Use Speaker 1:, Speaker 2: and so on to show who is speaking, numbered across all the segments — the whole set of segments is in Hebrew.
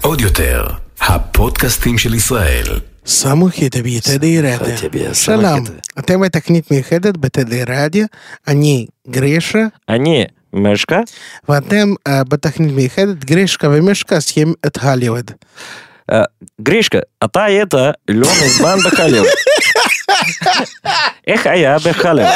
Speaker 1: עוד יותר, הפודקאסטים של ישראל.
Speaker 2: Самых тебе Теды и Рады.
Speaker 3: тебе
Speaker 2: Шалам.
Speaker 3: самых
Speaker 2: А тема такнит Михедет, Бетеды и Ради. Они Греша.
Speaker 3: Они мешка?
Speaker 2: Ватем Бетахнит Михедет. Грешка вемешка съем Этхаливед.
Speaker 3: Э, Гришка, а та это Лен из банда Халил. Эх, а я бы Халил.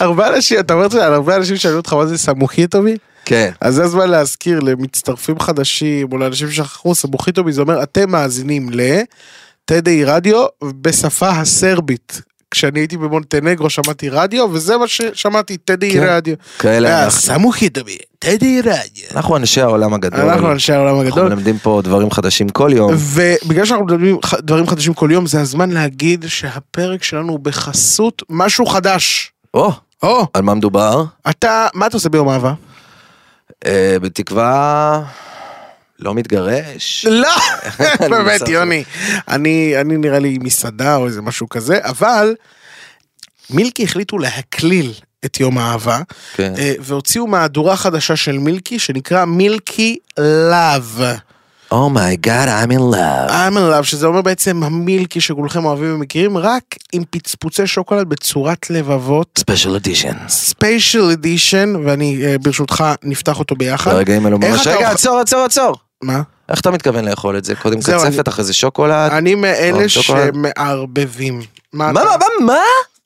Speaker 2: הרבה אנשים, אתה אומר את זה, הרבה אנשים שאלו אותך מה זה סמוכיטומי?
Speaker 3: כן.
Speaker 2: אז זה הזמן להזכיר למצטרפים חדשים או לאנשים ששכחו, סמוכיטומי זה אומר אתם מאזינים לטדי רדיו בשפה הסרבית. כשאני הייתי במונטנגרו שמעתי רדיו וזה מה ששמעתי, טדי
Speaker 3: כן.
Speaker 2: רדיו.
Speaker 4: כאלה
Speaker 2: אה,
Speaker 4: אנחנו.
Speaker 2: סמוכיטומי, טדי רדיו.
Speaker 4: אנחנו אנשי העולם הגדול.
Speaker 2: אנחנו אנשי העולם
Speaker 4: אנחנו
Speaker 2: הגדול.
Speaker 4: מלמדים פה דברים חדשים כל יום.
Speaker 2: ובגלל שאנחנו מדברים ח- דברים חדשים כל יום, זה הזמן להגיד שהפרק שלנו הוא בחסות משהו חדש.
Speaker 4: או,
Speaker 2: או,
Speaker 4: על מה מדובר?
Speaker 2: אתה, מה אתה עושה ביום אהבה?
Speaker 4: אה, בתקווה... לא מתגרש.
Speaker 2: לא,
Speaker 4: אני
Speaker 2: באמת
Speaker 4: מספר.
Speaker 2: יוני, אני אני נראה לי מסעדה או איזה משהו כזה, אבל מילקי החליטו להקליל את יום האהבה,
Speaker 4: כן.
Speaker 2: אה, והוציאו מהדורה חדשה של מילקי שנקרא מילקי לאב.
Speaker 4: אומייגאד, Oh I'm in love.
Speaker 2: I'm in love, שזה אומר בעצם המילקי שכולכם אוהבים ומכירים, רק עם פצפוצי שוקולד בצורת לבבות,
Speaker 4: ספיישל אדישן.
Speaker 2: ספיישל אדישן, ואני אה, ברשותך נפתח אותו ביחד.
Speaker 4: ברגעים אלו
Speaker 2: נכון. איך
Speaker 4: ממש...
Speaker 2: אתה
Speaker 4: רגע,
Speaker 2: אוכל-
Speaker 4: עצור, עצור, עצור.
Speaker 2: מה?
Speaker 4: איך אתה מתכוון לאכול את זה? קודם
Speaker 2: זהו,
Speaker 4: קצפת, אחרי זה שוקולד.
Speaker 2: אני מאלה
Speaker 4: אוהב שוקולד?
Speaker 2: שמערבבים.
Speaker 4: מה,
Speaker 2: אתה-
Speaker 4: מה, מה, מה?
Speaker 2: אה.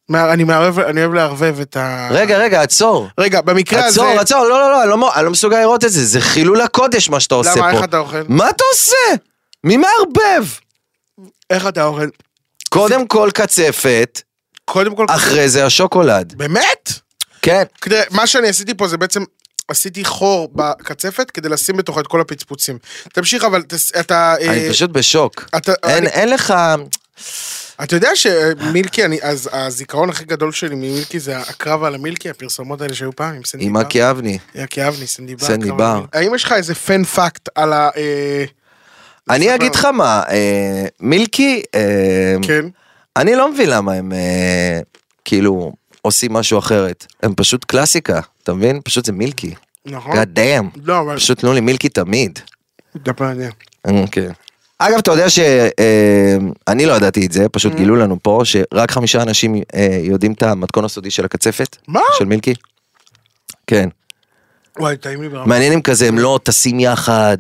Speaker 2: מה, אני מערב, אני אוהב לערבב את ה...
Speaker 4: רגע, רגע, עצור.
Speaker 2: רגע, במקרה הזה...
Speaker 4: עצור, עצור, לא, לא, לא, אני לא מ- אני לא מסוגל לראות את זה. זה חילול הקודש מה שאתה עושה
Speaker 2: למה, איך
Speaker 4: פה.
Speaker 2: אתה אוכל?
Speaker 4: מה אתה עושה? מי מערבב?
Speaker 2: איך אתה אוכל?
Speaker 4: קודם כל קצפת,
Speaker 2: קודם כל...
Speaker 4: אחרי זה השוקולד.
Speaker 2: באמת?
Speaker 4: כן.
Speaker 2: כדי, מה שאני עשיתי פה זה בעצם... עשיתי חור בקצפת כדי לשים בתוכה את כל הפצפוצים. תמשיך אבל, תס- אתה... אה,
Speaker 4: אני פשוט בשוק.
Speaker 2: אתה,
Speaker 4: אין,
Speaker 2: אני,
Speaker 4: אין לך...
Speaker 2: אתה יודע שמילקי, אני, אז הזיכרון הכי גדול שלי ממילקי זה הקרב על המילקי, הפרסומות האלה שהיו פעם עם סנדי
Speaker 4: עם
Speaker 2: בר.
Speaker 4: מקי אבני.
Speaker 2: אה, כי אבני, סנדי בר.
Speaker 4: סנדי
Speaker 2: הקרב
Speaker 4: בר.
Speaker 2: על המילקי. האם יש לך איזה פן פאקט על ה... אה,
Speaker 4: אני
Speaker 2: סבבה.
Speaker 4: אגיד לך מה, אה, מילקי, אה,
Speaker 2: כן.
Speaker 4: אני לא מבין למה הם אה, כאילו עושים משהו אחרת. הם פשוט קלאסיקה, אתה מבין? פשוט זה מילקי.
Speaker 2: נכון.
Speaker 4: God damn.
Speaker 2: לא, אבל... אה,
Speaker 4: פשוט תנו לי מילקי תמיד.
Speaker 2: דבר עניין.
Speaker 4: אוקיי. אגב, אתה יודע שאני לא ידעתי את זה,
Speaker 2: אה.
Speaker 4: פשוט גילו לנו פה שרק חמישה אנשים אה, יודעים את המתכון הסודי של הקצפת.
Speaker 2: מה?
Speaker 4: של מילקי. כן.
Speaker 2: וואי, טעים לי ברמה.
Speaker 4: מעניין אם כזה הם לא טסים יחד,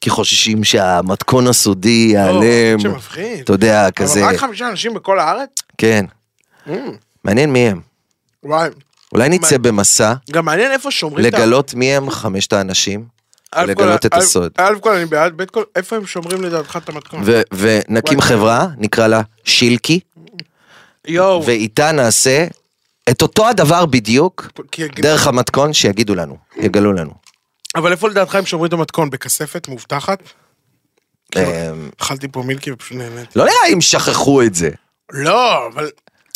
Speaker 4: כי חוששים שהמתכון הסודי
Speaker 2: לא,
Speaker 4: ייעלם.
Speaker 2: שמפחיד.
Speaker 4: אתה יודע, כזה,
Speaker 2: אבל רק Mm. חמישה אנשים בכל הארץ?
Speaker 4: כן. מעניין מי הם.
Speaker 2: וואי.
Speaker 4: אולי נצא במסע,
Speaker 2: גם מעניין איפה שומרים את ה...
Speaker 4: לגלות מי הם חמשת האנשים,
Speaker 2: אלף
Speaker 4: לגלות
Speaker 2: כל-
Speaker 4: את
Speaker 2: אלף-
Speaker 4: הסוד.
Speaker 2: אלף כל אני בעד, בית כל... איפה הם שומרים לדעתך את המתכון?
Speaker 4: ו- ונקים
Speaker 2: וואי.
Speaker 4: חברה, נקרא לה שילקי,
Speaker 2: יואו.
Speaker 4: ואיתה נעשה את אותו הדבר בדיוק,
Speaker 2: כי-
Speaker 4: דרך המתכון שיגידו לנו, יגלו לנו.
Speaker 2: אבל איפה לדעתך הם שומרים את המתכון? בכספת מאובטחת?
Speaker 4: אמ,
Speaker 2: אכלתי פה מילקי ופשוט נהניתי.
Speaker 4: לא נראה אם שכחו את זה.
Speaker 2: לא, אבל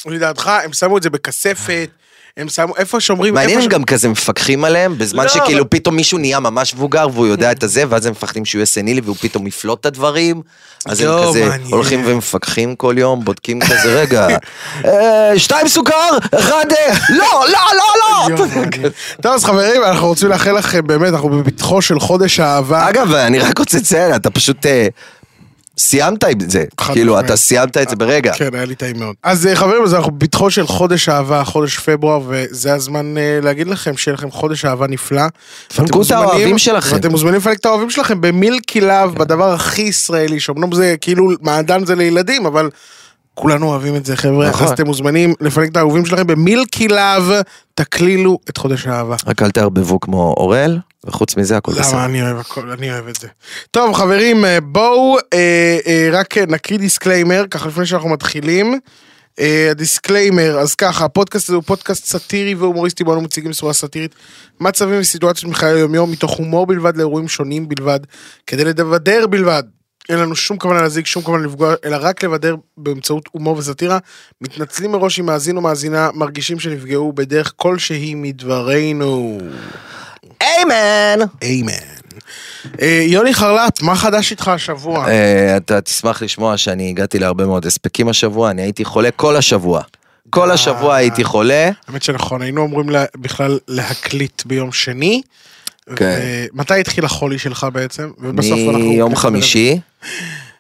Speaker 2: לדעתך הם שמו את זה בכספת, הם שמו... איפה שומרים?
Speaker 4: מעניין
Speaker 2: איפה
Speaker 4: אם
Speaker 2: ש-
Speaker 4: גם כזה מפקחים עליהם, בזמן
Speaker 2: לא,
Speaker 4: שכאילו
Speaker 2: אבל- כן.
Speaker 4: פתאום מישהו נהיה ממש מבוגר והוא יודע את הזה, ואז הם מפחדים שהוא יהיה סנילי והוא פתאום יפלוט את הדברים, אז הם
Speaker 2: יואו,
Speaker 4: כזה
Speaker 2: לא, מעניין.
Speaker 4: הולכים ומפקחים כל יום, בודקים כזה, רגע, אה, שתיים סוכר, אחד, אה, לא, לא, לא,
Speaker 2: יואו,
Speaker 4: לא.
Speaker 2: מעניין. כן. טוב, אז חברים, אנחנו רוצים לאחל לכם, באמת, אנחנו בפתחו של חודש האהבה.
Speaker 4: אגב, אני רק רוצה לציין, אתה פשוט אה, סיימת עם זה,
Speaker 2: חד
Speaker 4: כאילו,
Speaker 2: משמעית.
Speaker 4: אתה סיימת את זה ברגע.
Speaker 2: כן, היה לי טעים מאוד. אז אה, חברים, אז אנחנו בפתחו של חודש אהבה, חודש פברואר, וזה הזמן אה, להגיד לכם שיהיה לכם חודש אהבה נפלא. ואתם
Speaker 4: את האוהבים
Speaker 2: מוזמנים-
Speaker 4: שלכם. כן.
Speaker 2: ואתם מוזמנים לפנק את האוהבים שלכם במילקי לאב, בדבר הכי ישראלי, שאומנם זה כאילו מעדן זה לילדים, אבל... כולנו אוהבים את זה חבר'ה,
Speaker 4: נכון.
Speaker 2: אז אתם מוזמנים לפנק את האהובים שלכם במילקי לאב, תקלילו את חודש האהבה.
Speaker 4: רק אל תערבבו כמו אורל, וחוץ מזה הכל בסדר.
Speaker 2: למה אני אוהב הכל, אני אוהב את זה. טוב חברים, אה, בואו אה, אה, רק אה, נקריא דיסקליימר, ככה לפני שאנחנו מתחילים. אה, הדיסקליימר, אז ככה, הפודקאסט הזה הוא פודקאסט סאטירי והומוריסטי, בו אנו מציגים בצורה סאטירית מצבים וסיטואציות מחיי היומיום, מתוך הומור בלבד לאירועים שונים בלבד, כדי לדבר בלבד. אין לנו שום כוונה להזיק, שום כוונה לפגוע, אלא רק לבדר באמצעות הומור וסאטירה. מתנצלים מראש אם מאזין או מאזינה מרגישים שנפגעו בדרך כלשהי מדברנו.
Speaker 4: איימן!
Speaker 2: איימן. אה, יוני חרל"פ, מה חדש איתך השבוע?
Speaker 4: אה, אתה תשמח לשמוע שאני הגעתי להרבה מאוד הספקים השבוע, אני הייתי חולה כל השבוע.
Speaker 2: אה,
Speaker 4: כל השבוע הייתי חולה,
Speaker 2: האמת שנכון, היינו אמורים לה- בכלל להקליט ביום שני,
Speaker 4: כן.
Speaker 2: מתי התחיל החולי שלך בעצם? ובסוף אנחנו...
Speaker 4: מיום חמישי.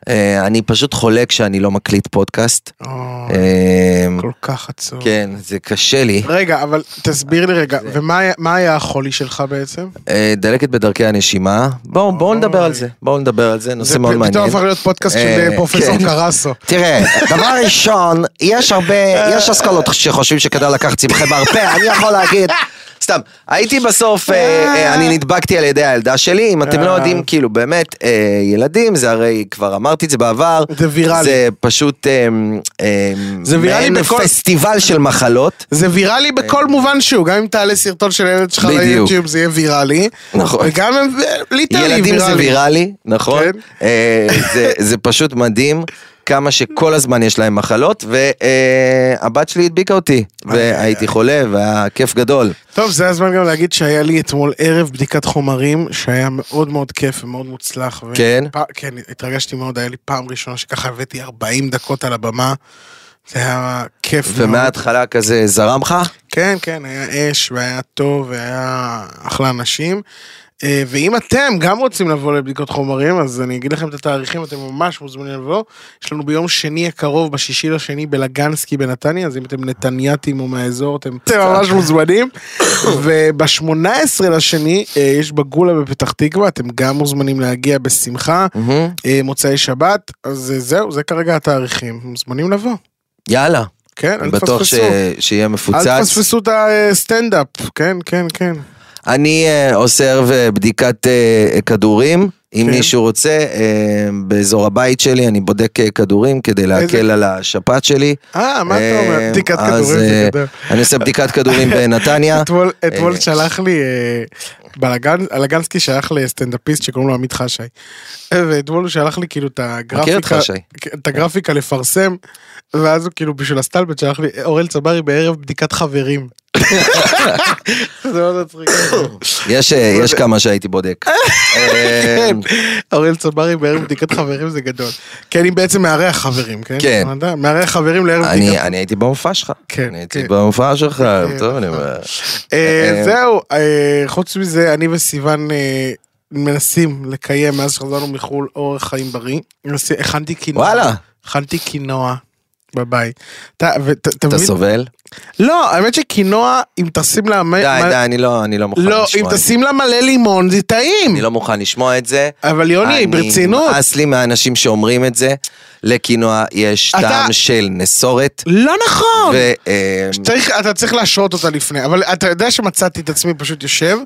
Speaker 4: אה, אני פשוט חולה כשאני לא מקליט פודקאסט.
Speaker 2: אוי,
Speaker 4: אה,
Speaker 2: כל כך עצוב.
Speaker 4: כן, זה קשה לי.
Speaker 2: רגע, אבל תסביר לי רגע, ומה היה- מה היה החולי שלך בעצם?
Speaker 4: אה, דלקת בדרכי הנשימה. בואו בואו נדבר על זה. בואו נדבר על זה, נושא
Speaker 2: זה
Speaker 4: מאוד
Speaker 2: פ-
Speaker 4: מעניין.
Speaker 2: פתאום הפך להיות פודקאסט של
Speaker 4: אה, כן.
Speaker 2: פרופסור קרסו.
Speaker 4: תראה, דבר ראשון, יש הרבה, יש אסכולות שחושבים שכדאי לקחת צמחי מרפא, אני יכול להגיד, סתם, הייתי בסוף, אה, אה, אני נדבקתי על ידי הילדה שלי, אם אתם לא יודעים, כאילו באמת, אה, ילדים, זה הרי, כבר אמרתי את זה בעבר,
Speaker 2: זה ויראלי.
Speaker 4: זה פשוט, אה, אה,
Speaker 2: זה ויראלי
Speaker 4: מעין
Speaker 2: בכל-
Speaker 4: פסטיבל של מחלות.
Speaker 2: זה ויראלי בכל מובן שהוא, גם אם תעלה סרטון של הילד שלך
Speaker 4: אה. בדיוק.
Speaker 2: ליוטיוב זה יהיה ויראלי.
Speaker 4: נכון.
Speaker 2: וגם הם- ליטרלי ויראלי.
Speaker 4: ילדים זה ויראלי, נכון?
Speaker 2: כן.
Speaker 4: אה, זה- זה פשוט מדהים כמה שכל הזמן יש להם מחלות, והבת שלי הדביקה אותי,
Speaker 2: אה,
Speaker 4: והייתי חולה, והיה כיף גדול.
Speaker 2: טוב, זה הזמן גם להגיד שהיה לי אתמול ערב בדיקת חומרים, שהיה מאוד מאוד כיף ומאוד מוצלח. ו-
Speaker 4: כן?
Speaker 2: פ- כן, התרגשתי מאוד, היה לי פעם ראשונה שככה הבאתי 40 דקות על הבמה. זה היה כיף מאוד.
Speaker 4: ומההתחלה כזה זרם לך?
Speaker 2: כן, כן, היה אש והיה טוב והיה אחלה אנשים. אה, ואם אתם גם רוצים לבוא לבדיקות חומרים, אז אני אגיד לכם את התאריכים, אתם ממש מוזמנים לבוא. יש לנו ביום שני הקרוב, בשישי לשני, בלגנסקי בנתניה, אז אם אתם נתניאתים או מהאזור, אתם אתם ממש מוזמנים. וב-18 לשני, אה, יש בגולה בפתח תקווה, אתם גם מוזמנים להגיע בשמחה. אה, מוצאי שבת, אז אה, זהו, זה כרגע התאריכים. מוזמנים לבוא,
Speaker 4: יאללה.
Speaker 2: כן?
Speaker 4: אני
Speaker 2: אל
Speaker 4: בטוח ש-
Speaker 2: תפספסו.
Speaker 4: שיהיה
Speaker 2: אל
Speaker 4: מפוצץ.
Speaker 2: תפספסו את הסטנדאפ, כן, כן, כן.
Speaker 4: אני אה, עושה ערב אה, בדיקת אה, כדורים. אם
Speaker 2: כן.
Speaker 4: מישהו רוצה, אה, באזור הבית שלי אני בודק אה, כדורים כדי להקל על השפעת שלי.
Speaker 2: אה, מה אתה אומר?
Speaker 4: אה,
Speaker 2: בדיקת
Speaker 4: אז,
Speaker 2: כדורים זה
Speaker 4: אה,
Speaker 2: גדול.
Speaker 4: אני עושה בדיקת כדורים בנתניה.
Speaker 2: אתמול- אתמול
Speaker 4: אה,
Speaker 2: שלח לי, אה, בלגן, אלגנסקי שייך לסטנדאפיסט שקוראים לו עמית חשי. אה, ואתמול הוא שלח לי כאילו את
Speaker 4: מכיר את
Speaker 2: הגרפיקה, כן,
Speaker 4: חשי.
Speaker 2: את הגרפיקה לפרסם, ואז הוא כאילו בשביל הסטלבט שלח לי, אורל צברי בערב בדיקת חברים. זה מאוד מצחיק.
Speaker 4: יש, אה, יש כמה שהייתי בודק. אמ, אה,
Speaker 2: כן, אוריאל צברי בערב בדיקת חברים זה גדול. כן, אם בעצם מארח חברים, כן?
Speaker 4: כן.
Speaker 2: אתה יודע, מארח חברים לערב בדיקת
Speaker 4: אני אני הייתי במופע שלך.
Speaker 2: כן,
Speaker 4: אני הייתי
Speaker 2: כן.
Speaker 4: במופע שלך,
Speaker 2: כן,
Speaker 4: טוב, אני אומר.
Speaker 2: אה,
Speaker 4: אה,
Speaker 2: זהו, אה, חוץ מזה, אני וסיוון אה, מנסים לקיים, מאז שחזרנו מחו"ל, אורח חיים בריא. מנסי- הכנתי קינוע.
Speaker 4: וואלה.
Speaker 2: הכנתי קינוע בבית. אתה ות- אתה
Speaker 4: אתה
Speaker 2: מבין?
Speaker 4: סובל?
Speaker 2: לא, האמת שקינוע, אם תשים לה... מ-
Speaker 4: די,
Speaker 2: מ-
Speaker 4: די, אני לא אני לא מוכן
Speaker 2: אה, לא, אם
Speaker 4: לשמוע את זה.
Speaker 2: תשים לה מלא לימון, זה טעים.
Speaker 4: אני לא מוכן לשמוע את זה.
Speaker 2: אבל יוני, לא, ברצינות.
Speaker 4: נמאס לי מהאנשים שאומרים את זה. לקינוע יש
Speaker 2: אתה-
Speaker 4: טעם של נסורת.
Speaker 2: לא נכון.
Speaker 4: ו... אה,
Speaker 2: צריך, אתה צריך להשרות אותה לפני, אבל אתה יודע שמצאתי את עצמי פשוט יושב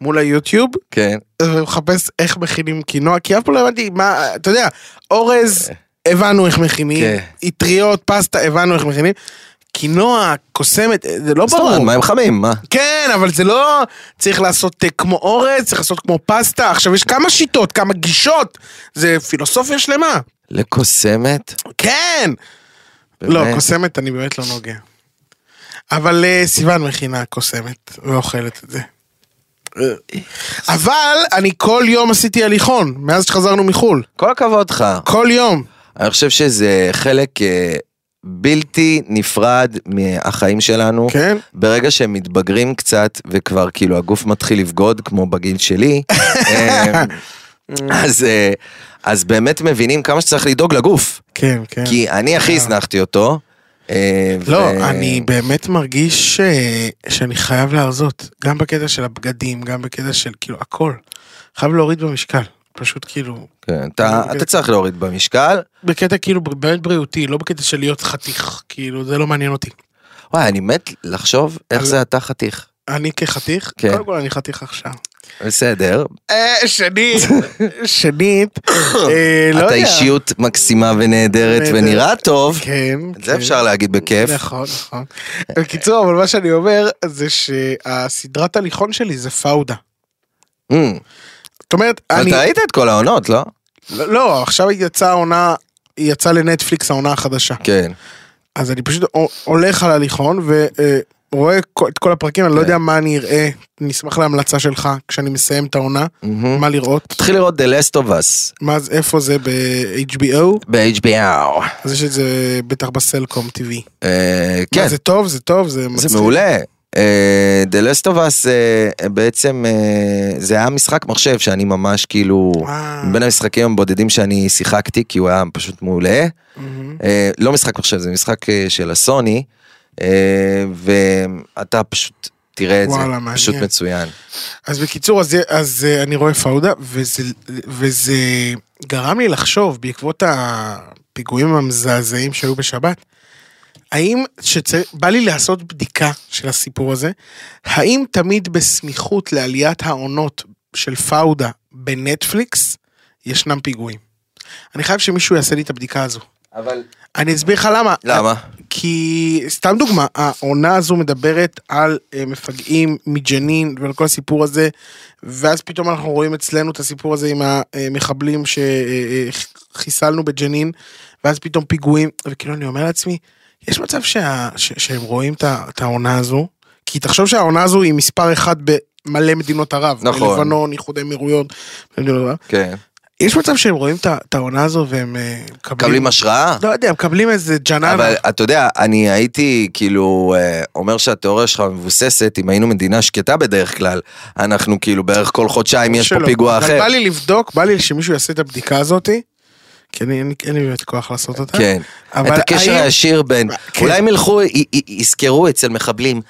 Speaker 2: מול היוטיוב,
Speaker 4: כן.
Speaker 2: ומחפש איך מכינים קינוע, כי אף פעם לא הבנתי מה, אתה יודע, אורז, הבנו איך מכינים,
Speaker 4: כן.
Speaker 2: אטריות, פסטה, הבנו איך מכינים, קינוע, קוסמת, אה, זה לא
Speaker 4: זאת אומרת,
Speaker 2: ברור.
Speaker 4: מה הם חמים? מה?
Speaker 2: כן, אבל זה לא צריך לעשות אה, כמו אורז, צריך לעשות כמו פסטה. עכשיו, יש כמה שיטות, כמה גישות, זה פילוסופיה שלמה.
Speaker 4: לקוסמת?
Speaker 2: כן! לא,
Speaker 4: באמת?
Speaker 2: קוסמת אני באמת לא נוגע. אבל אה, סיוון מכינה קוסמת ואוכלת את זה. אה. אבל אני כל יום עשיתי הליכון, מאז שחזרנו מחו"ל.
Speaker 4: כל הכבוד לך.
Speaker 2: כל יום.
Speaker 4: אני חושב שזה חלק אה, בלתי נפרד מהחיים שלנו.
Speaker 2: כן?
Speaker 4: ברגע שהם מתבגרים קצת, וכבר כאילו הגוף מתחיל לבגוד, כמו בגיל שלי, אה, אז, אה, אז באמת מבינים כמה שצריך לדאוג לגוף.
Speaker 2: כן, כן.
Speaker 4: כי אני הכי הזנחתי אותו. אה, ו-
Speaker 2: לא, אני באמת מרגיש אה, שאני חייב להרזות, גם בקטע של הבגדים, גם בקטע של כאילו הכל. חייב להוריד במשקל, פשוט כאילו,
Speaker 4: כן, אתה, אתה צריך להוריד במשקל.
Speaker 2: בקטע כאילו באמת בריאותי, לא בקטע של להיות חתיך, כאילו זה לא מעניין אותי.
Speaker 4: וואי, אני מת לחשוב איך
Speaker 2: אבל-
Speaker 4: זה אתה חתיך.
Speaker 2: אני כחתיך,
Speaker 4: כן.
Speaker 2: קודם כל אני חתיך עכשיו.
Speaker 4: בסדר,
Speaker 2: אה, שנית, שנית, אה, לא יודע.
Speaker 4: אתה אישיות מקסימה ונהדרת
Speaker 2: נהדרת.
Speaker 4: ונראה טוב,
Speaker 2: כן.
Speaker 4: את זה
Speaker 2: כן.
Speaker 4: אפשר להגיד בכיף.
Speaker 2: נכון, נכון. בקיצור, אבל מה שאני אומר זה שהסדרת הליכון שלי זה פאודה.
Speaker 4: אמ,
Speaker 2: זאת אומרת,
Speaker 4: אבל
Speaker 2: אני...
Speaker 4: אתה ראית את כל העונות, לא?
Speaker 2: לא, לא, עכשיו יצאה העונה, היא יצאה לנטפליקס העונה החדשה.
Speaker 4: כן.
Speaker 2: אז אני פשוט הו- הולך על הליכון ורואה את כל
Speaker 4: כן.
Speaker 2: הפרקים, אני לא יודע מה אני אראה. נשמח להמלצה שלך כשאני מסיים את העונה,
Speaker 4: מהמם.
Speaker 2: מה לראות,
Speaker 4: Mm-hmm. תתחיל לראות The Last of Us
Speaker 2: מה זה, איפה זה ב-HBO,
Speaker 4: ב-HBO.
Speaker 2: אז יש את זה בטח בסלקום TV.
Speaker 4: אה,
Speaker 2: כן.
Speaker 4: כן,
Speaker 2: מה, זה טוב, זה טוב, זה מצחיק.
Speaker 4: זה מעולה. אה, The Last of Us אה, בעצם אה, זה היה משחק מחשב שאני ממש כאילו
Speaker 2: וואו.
Speaker 4: בין המשחקים הבודדים שאני שיחקתי כי הוא היה פשוט מעולה.
Speaker 2: מהמם.
Speaker 4: אה, לא משחק מחשב זה משחק אה, של הסוני אה, ואתה פשוט תראה את זה
Speaker 2: וואלה, מעניין.
Speaker 4: פשוט מצוין.
Speaker 2: אז בקיצור, אז, אז אה, אני רואה פאודה, וזה, וזה גרם לי לחשוב, בעקבות הפיגועים המזעזעים שהיו בשבת, האם, שצר... בא לי לעשות בדיקה של הסיפור הזה, האם תמיד בסמיכות לעליית העונות של פאודה בנטפליקס, ישנם פיגועים? אני חייב שמישהו יעשה לי את הבדיקה הזו.
Speaker 4: אבל
Speaker 2: אני אסביר לך למה.
Speaker 4: למה?
Speaker 2: כי, סתם דוגמה, העונה הזו מדברת על אה, מפגעים מג'נין ועל כל הסיפור הזה, ואז פתאום אנחנו רואים אצלנו את הסיפור הזה עם אה, המחבלים אה, שחיסלנו בג'נין, ואז פתאום פיגועים, וכאילו אני אומר לעצמי, יש מצב שה, ש, שהם רואים את ה- את העונה הזו, כי תחשוב שהעונה הזו היא מספר אחת במלא מדינות ערב,
Speaker 4: נכון.
Speaker 2: לבנון, איחוד האמירויות, מדינות ערב.
Speaker 4: כן.
Speaker 2: יש מצב שהם רואים את ה- את העונה הזו והם אה,
Speaker 4: מקבלים השראה?
Speaker 2: לא יודע, מקבלים איזה ג'ננה.
Speaker 4: אבל אתה יודע, אני הייתי כאילו אה, אומר שהתיאוריה שלך מבוססת, אם היינו מדינה שקטה בדרך כלל, אנחנו כאילו בערך כל חודשיים יש פה
Speaker 2: שלא.
Speaker 4: פיגוע
Speaker 2: אבל
Speaker 4: אחר.
Speaker 2: בא לי לבדוק, בא לי שמישהו יעשה את הבדיקה הזאתי, כי אני, אין, אין לי באמת כוח לעשות אותה.
Speaker 4: כן.
Speaker 2: אבל
Speaker 4: את הקשר
Speaker 2: האם-
Speaker 4: הישיר בין,
Speaker 2: כן.
Speaker 4: אולי הם ילכו, י- י- יזכרו אצל מחבלים,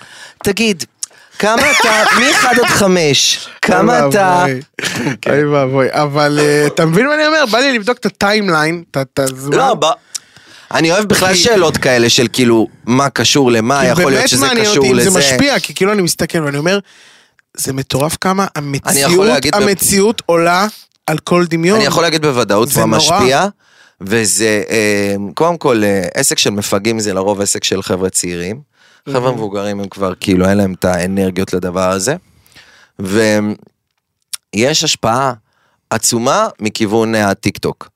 Speaker 4: תגיד, כמה אתה, מ-1 עד 5,
Speaker 2: אוי
Speaker 4: כמה אתה, כן.
Speaker 2: ואבוי. אוי ואבוי, אבל אה, אתה מבין מה אני אומר? בא לי לבדוק את הטיימליין, את- את הזמן.
Speaker 4: לא, ב... אני אוהב בכלל
Speaker 2: כי-
Speaker 4: שאלות כאלה של כאילו, מה קשור למה,
Speaker 2: כי
Speaker 4: יכול להיות שזה
Speaker 2: באמת מעניין
Speaker 4: קשור
Speaker 2: אותי אם זה
Speaker 4: לזה.
Speaker 2: משפיע, כי כאילו אני מסתכל ואני אומר, זה מטורף כמה המציאות,
Speaker 4: להגיד-
Speaker 2: המציאות עולה על כל דמיון.
Speaker 4: אני יכול להגיד בוודאות
Speaker 2: זה
Speaker 4: מה
Speaker 2: נורא.
Speaker 4: משפיע, וזה, אה, קודם כל, אה, עסק של מפגעים זה לרוב עסק של חבר'ה צעירים. חבר'ה מבוגרים הם כבר כאילו אין להם את האנרגיות לדבר הזה. ויש השפעה עצומה מכיוון הטיק טוק.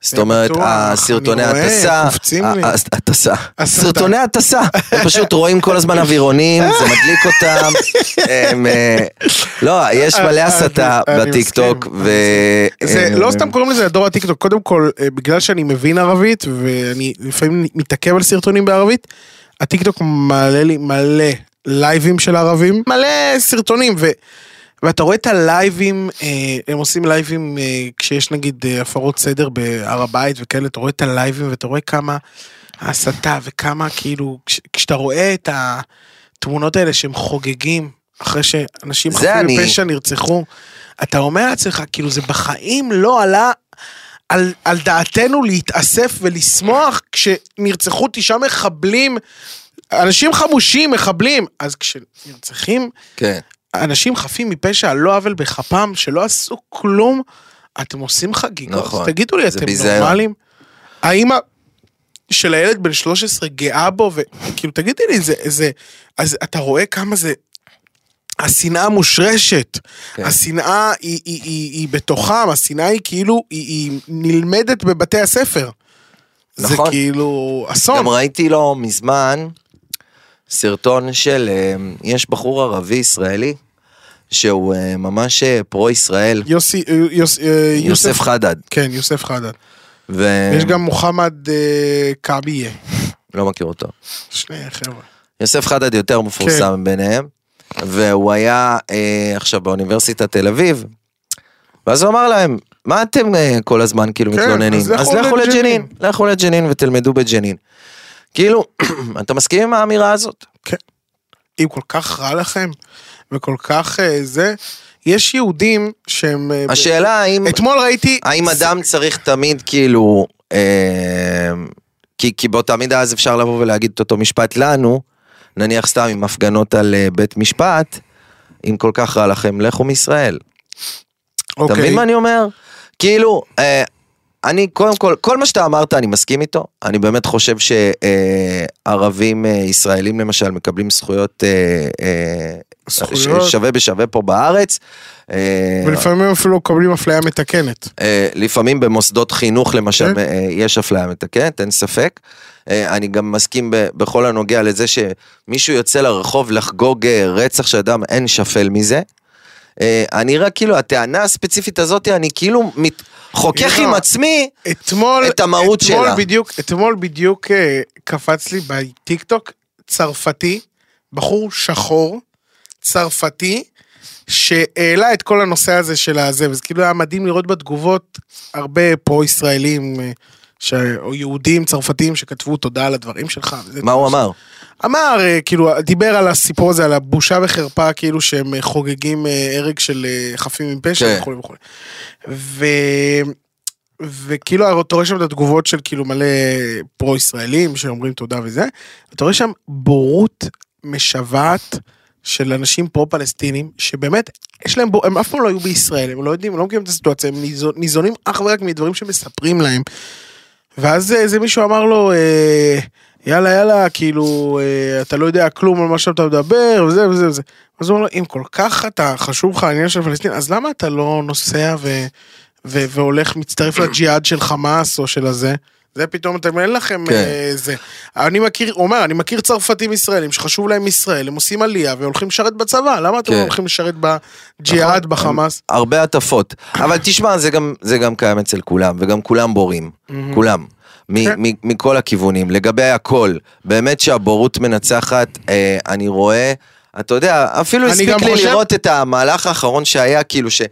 Speaker 4: זאת
Speaker 2: זה
Speaker 4: אומרת,
Speaker 2: בטוח,
Speaker 4: הסרטוני
Speaker 2: אני רואה,
Speaker 4: הטסה,
Speaker 2: קופצים לי.
Speaker 4: ה- ה- הטסה,
Speaker 2: הסרטן.
Speaker 4: סרטוני הטסה, הם פשוט רואים כל הזמן אווירונים, זה מדליק אותם, הם, אה, לא, יש מלא
Speaker 2: אני-
Speaker 4: הסתה
Speaker 2: אני
Speaker 4: בטיק טוק,
Speaker 2: מסכים,
Speaker 4: ו...
Speaker 2: זה
Speaker 4: אה,
Speaker 2: לא סתם קוראים לזה הדור הטיקטוק, קודם כל, אה, בגלל שאני מבין ערבית, ואני לפעמים מתעכב על סרטונים בערבית, הטיקטוק מעלה לי מלא לייבים של ערבים, מלא סרטונים, ו... ואתה רואה את הלייבים, אה, הם עושים לייבים אה, כשיש נגיד אה, הפרות סדר בהר הבית וכאלה, אתה רואה את הלייבים ואתה רואה כמה ההסתה וכמה כאילו, כש, כשאתה רואה את התמונות האלה שהם חוגגים אחרי שאנשים
Speaker 4: זה
Speaker 2: חפים
Speaker 4: אני.
Speaker 2: מפשע נרצחו, אתה אומר לעצמך, כאילו זה בחיים לא עלה על, על דעתנו להתאסף ולשמוח כשנרצחו תשעה מחבלים, אנשים חמושים, מחבלים, אז כשנרצחים
Speaker 4: כן.
Speaker 2: אנשים חפים מפשע על לא עוול בכפם, שלא עשו כלום, אתם עושים חגיגות.
Speaker 4: נכון.
Speaker 2: נכון. תגידו לי,
Speaker 4: זה
Speaker 2: אתם
Speaker 4: ביזיון.
Speaker 2: נורמלים? האמא של הילד בן 13 גאה בו, וכאילו, תגידי לי, זה, זה... אז אתה רואה כמה זה... השנאה מושרשת,
Speaker 4: כן.
Speaker 2: כן. השנאה היא, היא, היא, היא בתוכם, השנאה היא כאילו, היא, היא נלמדת בבתי הספר. נכון.
Speaker 4: נכון.
Speaker 2: זה כאילו אסון.
Speaker 4: גם ראיתי לא מזמן סרטון של, אה, יש בחור ערבי ישראלי, שהוא אה, ממש אה, פרו-ישראל,
Speaker 2: יוסי, יוס, אה, יוסף,
Speaker 4: יוסף חדד,
Speaker 2: כן, יוסף חדד.
Speaker 4: ו-
Speaker 2: יש גם מוחמד אה, כעביה.
Speaker 4: לא מכיר אותו.
Speaker 2: שני חבר'ה.
Speaker 4: יוסף חדד יותר
Speaker 2: כן.
Speaker 4: מפורסם ביניהם, והוא היה אה, עכשיו באוניברסיטת תל אביב, ואז הוא אמר להם, מה אתם אה, כל הזמן כאילו
Speaker 2: כן,
Speaker 4: מתלוננים?
Speaker 2: אז לכו
Speaker 4: אז לכו
Speaker 2: לג'נין."
Speaker 4: לג'נין, לכו לג'נין ותלמדו בג'נין. כאילו, אתה מסכים עם האמירה הזאת?
Speaker 2: אה, אם כל כך רע לכם, וכל כך אה, זה, יש יהודים שהם... אה,
Speaker 4: השאלה האם...
Speaker 2: אתמול ראיתי...
Speaker 4: האם אדם צריך תמיד כאילו, אה, כי, כי באותה מידה אז אפשר לבוא ולהגיד את אותו משפט לנו, נניח סתם עם הפגנות על אה, בית משפט, אם כל כך רע לכם, לכו מישראל. אתה
Speaker 2: אוקיי.
Speaker 4: מבין מה אני אומר? כאילו, אה, אני קודם כל, כל מה שאתה אמרת אני מסכים איתו, אני באמת חושב שערבים אה, ישראלים למשל מקבלים זכויות אה, אה,
Speaker 2: זכויות.
Speaker 4: ש- שווה בשווה פה בארץ. אה,
Speaker 2: ולפעמים אפילו מקבלים אפליה מתקנת.
Speaker 4: אה, לפעמים במוסדות חינוך למשל
Speaker 2: כן.
Speaker 4: אה, יש אפליה מתקנת, אין ספק. אה, אני גם מסכים ב- בכל הנוגע לזה שמישהו יוצא לרחוב לחגוג אה, רצח של אדם, אין שפל מזה. אה, אני רק כאילו, הטענה הספציפית הזאת, אני כאילו מת- חוכך
Speaker 2: לא.
Speaker 4: עם עצמי,
Speaker 2: אתמול...
Speaker 4: את המהות
Speaker 2: אתמול
Speaker 4: שלה.
Speaker 2: בדיוק, אתמול בדיוק אה, קפץ לי בטיקטוק צרפתי בחור שחור, צרפתי, שהעלה את כל הנושא הזה של הזה, וזה כאילו היה מדהים לראות בתגובות הרבה פרו-ישראלים, אה, ש... או יהודים צרפתים שכתבו תודה על הדברים שלך. וזה-
Speaker 4: מה הוא אמר?
Speaker 2: אמר, אה, כאילו, דיבר על הסיפור הזה, על הבושה וחרפה, כאילו שהם אה, חוגגים אה, הרג של אה, חפים מפשע
Speaker 4: כן.
Speaker 2: וכולי וכולי. ו... וכאילו, אתה רואה שם את התגובות של כאילו מלא פרו-ישראלים שאומרים תודה וזה, אתה רואה שם בורות משוועת של אנשים פרו-פלסטינים, שבאמת, יש להם, בור... הם אף פעם לא היו בישראל, הם לא יודעים, הם לא מכירים את הסיטואציה, הם ניזו- ניזונים אך ורק מדברים שמספרים להם. ואז אה, איזה מישהו אמר לו, אה, יאללה יאללה, כאילו, אה, אתה לא יודע כלום על מה שאתה מדבר, וזה וזה וזה. אז הוא אומר לו, אם כל כך אתה, חשוב לך העניין של פלסטין, אז למה אתה לא נוסע ו, ו, והולך, מצטרף לג'יהאד של חמאס או של הזה? זה פתאום, אתם אין לכם
Speaker 4: כן.
Speaker 2: אה, זה. אני מכיר, הוא אומר, אני מכיר צרפתים ישראלים שחשוב להם ישראל, הם עושים עלייה והולכים לשרת בצבא, למה אתם
Speaker 4: כן. נכון.
Speaker 2: לא הולכים לשרת בג'יהאד, בחמאס?
Speaker 4: הרבה הטפות. אבל תשמע, זה גם, זה גם קיים אצל כולם, וגם כולם בורים. כולם. מ-
Speaker 2: כן.
Speaker 4: מ- מכל הכיוונים, לגבי הכל. באמת שהבורות מנצחת, אה, אני רואה, אתה יודע, אפילו
Speaker 2: אני
Speaker 4: הספיק
Speaker 2: גם
Speaker 4: לי
Speaker 2: חושב-
Speaker 4: לראות את המהלך האחרון שהיה, כאילו ש...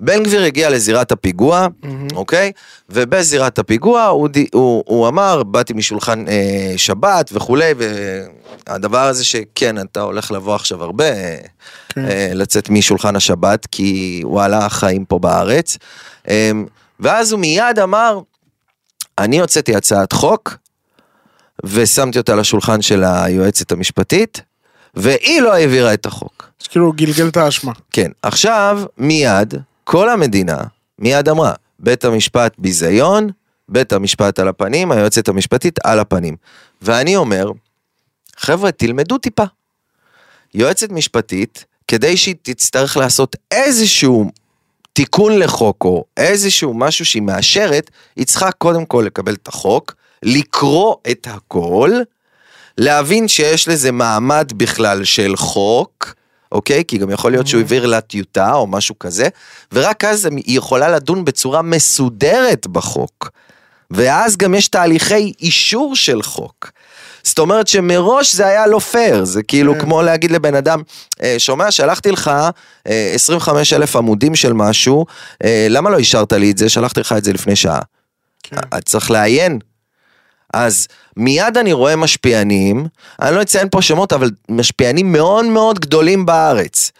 Speaker 4: בן גביר הגיע לזירת הפיגוע, אוקיי? ובזירת הפיגוע הוא, די- הוא, הוא אמר, באתי משולחן אה, שבת וכולי, והדבר הזה שכן, אתה הולך לבוא עכשיו הרבה, אה, אה, לצאת משולחן השבת, כי וואלה, החיים פה בארץ. אה, ואז הוא מיד אמר, אני הוצאתי הצעת חוק, ושמתי אותה על השולחן של היועצת המשפטית, והיא לא העבירה את החוק.
Speaker 2: אז כאילו, הוא גלגל את האשמה.
Speaker 4: כן, עכשיו, מיד, כל המדינה, מיד אמרה, בית המשפט ביזיון, בית המשפט על הפנים, היועצת המשפטית על הפנים. ואני אומר, חבר'ה, תלמדו טיפה. יועצת משפטית, כדי שהיא תצטרך לעשות איזשהו תיקון לחוק או איזשהו משהו שהיא מאשרת, היא צריכה קודם כל לקבל את החוק, לקרוא את הכל, להבין שיש לזה מעמד בכלל של חוק, אוקיי? כי גם יכול להיות שהוא העביר לה טיוטה או משהו כזה, ורק אז היא יכולה לדון בצורה מסודרת בחוק. ואז גם יש תהליכי אישור של חוק. זאת אומרת שמראש זה היה לא פייר, זה כאילו כמו להגיד לבן אדם, "אה, שומע, שלחתי לך אה, 25 אלף עמודים של משהו, אה, למה לא אישרת לי את זה? שלחתי לך את זה לפני שעה.
Speaker 2: כן.
Speaker 4: אה, צריך לעיין. אז מיד אני רואה משפיענים, אני לא אציין פה שמות, אבל משפיענים מאוד מאוד גדולים בארץ,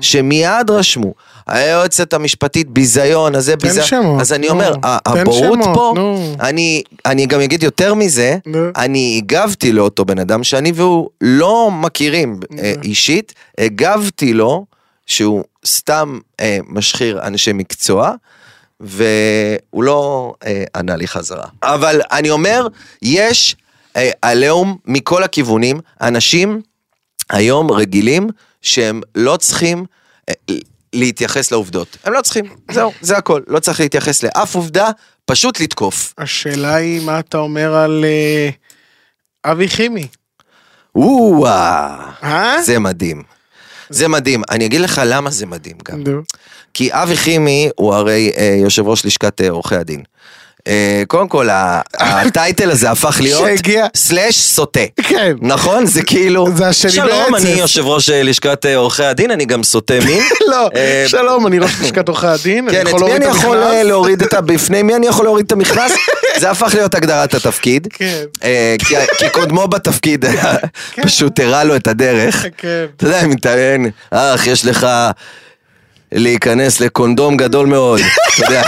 Speaker 4: שמיד רשמו, היועצת המשפטית ביזיון, אז זה
Speaker 2: תן
Speaker 4: ביזיון,
Speaker 2: שמות,
Speaker 4: אז אני
Speaker 2: נו.
Speaker 4: אומר,
Speaker 2: תן
Speaker 4: הבורות
Speaker 2: שמות,
Speaker 4: פה,
Speaker 2: נו.
Speaker 4: אני, אני גם אגיד יותר מזה,
Speaker 2: נו.
Speaker 4: אני הגבתי לאותו בן אדם שאני והוא לא מכירים אה, אישית, הגבתי לו שהוא סתם אה, משחיר אנשי מקצוע, והוא לא אה, ענה לי חזרה. אבל אני אומר, יש אה, עליהום מכל הכיוונים, אנשים היום רגילים שהם לא צריכים אה, להתייחס לעובדות. הם לא צריכים, זהו, זה הכל. לא צריך להתייחס לאף עובדה, פשוט לתקוף.
Speaker 2: השאלה היא, מה אתה אומר על אה, אבי חימי?
Speaker 4: וואו,
Speaker 2: אה?
Speaker 4: זה מדהים. זה מדהים. אני אגיד לך למה זה מדהים גם.
Speaker 2: נו.
Speaker 4: כי אבי חימי הוא הרי אה, יושב ראש לשכת אה, עורכי הדין. אה, קודם כל, ה- הטייטל הזה הפך להיות
Speaker 2: שהגיע-
Speaker 4: סלאש סוטה.
Speaker 2: כן.
Speaker 4: נכון? זה כאילו...
Speaker 2: זה השני
Speaker 4: שלום,
Speaker 2: ברצף.
Speaker 4: אני יושב ראש אה, לשכת אה, עורכי הדין, אני גם סוטה מין.
Speaker 2: לא,
Speaker 4: אה,
Speaker 2: שלום, אני ראש לשכת עורכי הדין, אני
Speaker 4: כן,
Speaker 2: יכול
Speaker 4: את מי
Speaker 2: להוריד
Speaker 4: אני
Speaker 2: את
Speaker 4: יכול אה,
Speaker 2: המכנס?
Speaker 4: להוריד את ה... בפני מי אני יכול להוריד את המכנס? זה הפך להיות הגדרת התפקיד.
Speaker 2: כן.
Speaker 4: אה, כי- כי קודמו בתפקיד היה- פשוט הראה לו את הדרך.
Speaker 2: כן.
Speaker 4: אתה יודע, אם מתעניין, אך, יש לך להיכנס לקונדום גדול מאוד, אתה יודע.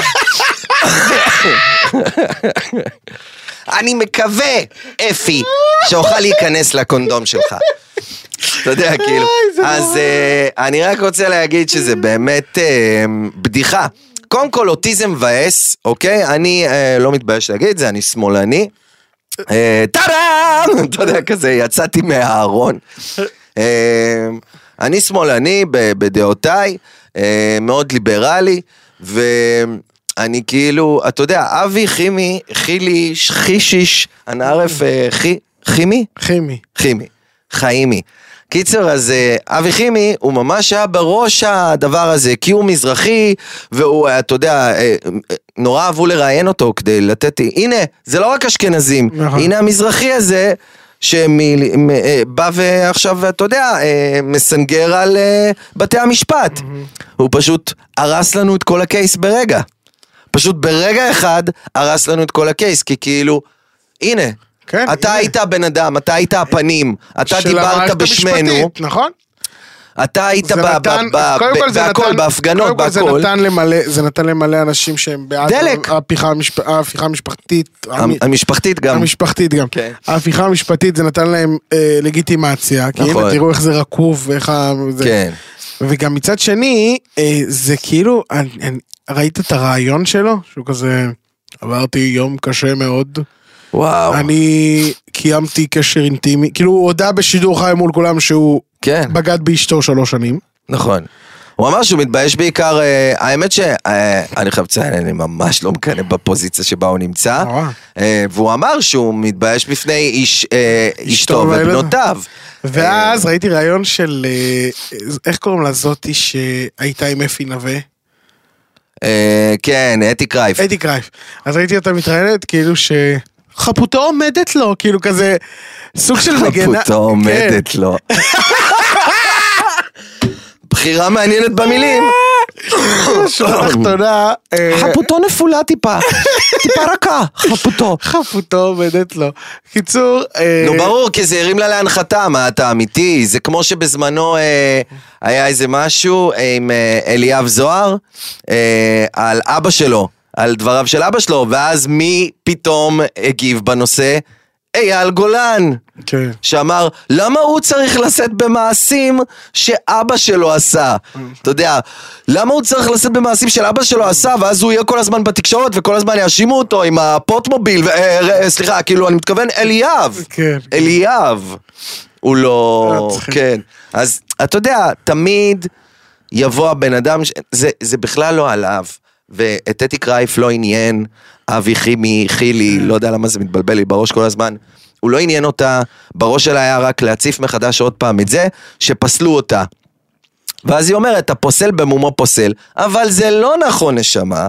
Speaker 4: אני מקווה, אפי, שאוכל להיכנס לקונדום שלך. אתה יודע, כאילו.
Speaker 2: זה
Speaker 4: אז אה, אני רק רוצה להגיד שזה באמת אה, בדיחה. קודם כל, אותי זה מבאס, אוקיי? אני אה, לא מתבייש להגיד את זה, אני שמאלני. אה, טאדאם! אתה יודע, כזה, יצאתי מהארון. אה, אני שמאלני ב- בדעותיי, אה, מאוד ליברלי, ואני כאילו, אתה יודע, אבי חימי, חילי, ש- חישיש, הנערף אה, חי- חימי?
Speaker 2: חימי.
Speaker 4: חימי, חיימי. קיצר, אז אה, אבי חימי, הוא ממש היה בראש הדבר הזה, כי הוא מזרחי, והוא, אה, אתה יודע, אה, אה, נורא אהבו לראיין אותו כדי לתת, הנה, זה לא רק אשכנזים,
Speaker 2: נכון.
Speaker 4: הנה המזרחי הזה, שבא ועכשיו, אתה יודע, אה, מסנגר על אה, בתי המשפט. הוא פשוט הרס לנו את כל הקייס ברגע. פשוט ברגע אחד הרס לנו את כל הקייס, כי כאילו, הנה,
Speaker 2: כן,
Speaker 4: אתה
Speaker 2: הנה.
Speaker 4: היית הבן אדם, אתה היית הפנים, אתה
Speaker 2: של
Speaker 4: דיברת
Speaker 2: המערכת
Speaker 4: בשמנו,
Speaker 2: המשפטית, נכון?
Speaker 4: אתה היית
Speaker 2: זה
Speaker 4: ב- ב-
Speaker 2: נתן-
Speaker 4: ב-
Speaker 2: קודם כל
Speaker 4: ב-
Speaker 2: זה
Speaker 4: בהכל,
Speaker 2: נתן-
Speaker 4: בהפגנות,
Speaker 2: קודם כל זה
Speaker 4: בהכל.
Speaker 2: נתן למלא- זה נתן למלא אנשים שהם בעד
Speaker 4: דלק.
Speaker 2: ההפיכה המשפ- ההפיכה המשפחתית. המ-
Speaker 4: המ- המשפחתית גם.
Speaker 2: המשפחתית גם.
Speaker 4: כן.
Speaker 2: ההפיכה המשפטית זה נתן להם אה, לגיטימציה, כי
Speaker 4: נכון.
Speaker 2: הנה תראו איך זה רקוב ואיך ה... זה-
Speaker 4: כן.
Speaker 2: וגם מצד שני, אה, זה כאילו, אני- אני- ראית את הרעיון שלו? שהוא כזה, עברתי יום קשה מאוד,
Speaker 4: וואו.
Speaker 2: אני קיימתי קשר אינטימי, כאילו הוא הודה בשידור חי מול כולם שהוא
Speaker 4: כן.
Speaker 2: בגד באשתו שלוש שנים.
Speaker 4: נכון. הוא אמר שהוא מתבייש בעיקר, אה, האמת שאני חייב לציין, אני ממש לא מקנא בפוזיציה שבה הוא נמצא.
Speaker 2: נורא.
Speaker 4: אה, והוא אמר שהוא מתבייש בפני איש, אה,
Speaker 2: אשתו
Speaker 4: אשתו
Speaker 2: והילד.
Speaker 4: ובנותיו. אה.
Speaker 2: ואז ראיתי ראיון של, אה, איך קוראים לה זאתי שהייתה עם אפי נווה?
Speaker 4: אה, כן, אתי קרייף.
Speaker 2: אתי קרייף. אז ראיתי אותה מתראיינת, כאילו ש... חפותו עומדת לו, כאילו כזה סוג של מגנה. כן,
Speaker 4: חפותו לא עומדת לו. בחירה מעניינת במילים.
Speaker 2: כן, שורה תחתונה, אה,
Speaker 4: חפותו נפולה טיפה, טיפה רכה, חפותו.
Speaker 2: חפותו עומדת לו. קיצור, אה,
Speaker 4: נו ברור, כי זה הרים לה להנחתה, מה אתה אמיתי? זה כמו שבזמנו אה, היה איזה משהו אה, עם אה, אליאב זוהר אה, על אבא שלו, על דבריו של אבא שלו, ואז מי פתאום הגיב בנושא? אייל גולן,
Speaker 2: כן.
Speaker 4: שאמר, למה הוא צריך לשאת במעשים שאבא שלו עשה? אתה יודע, למה הוא צריך לשאת במעשים של אבא שלו עשה, ואז הוא יהיה כל הזמן בתקשורת, וכל הזמן יאשימו אותו עם הפוטמוביל, ו- אה, אה, סליחה, כאילו, אני מתכוון אליאב.
Speaker 2: כן.
Speaker 4: אליאב. הוא לא...
Speaker 2: אה, מצחיק.
Speaker 4: כן. אז אתה יודע, תמיד יבוא הבן אדם, ש... זה, זה בכלל לא עליו. ואת אתי קרייף לא עניין, אבי חימי, חילי, לא יודע למה זה מתבלבל לי בראש כל הזמן. הוא לא עניין אותה, בראש שלה היה רק להציף מחדש עוד פעם את זה, שפסלו אותה. ואז היא אומרת, הפוסל במומו פוסל, אבל זה לא נכון, נשמה.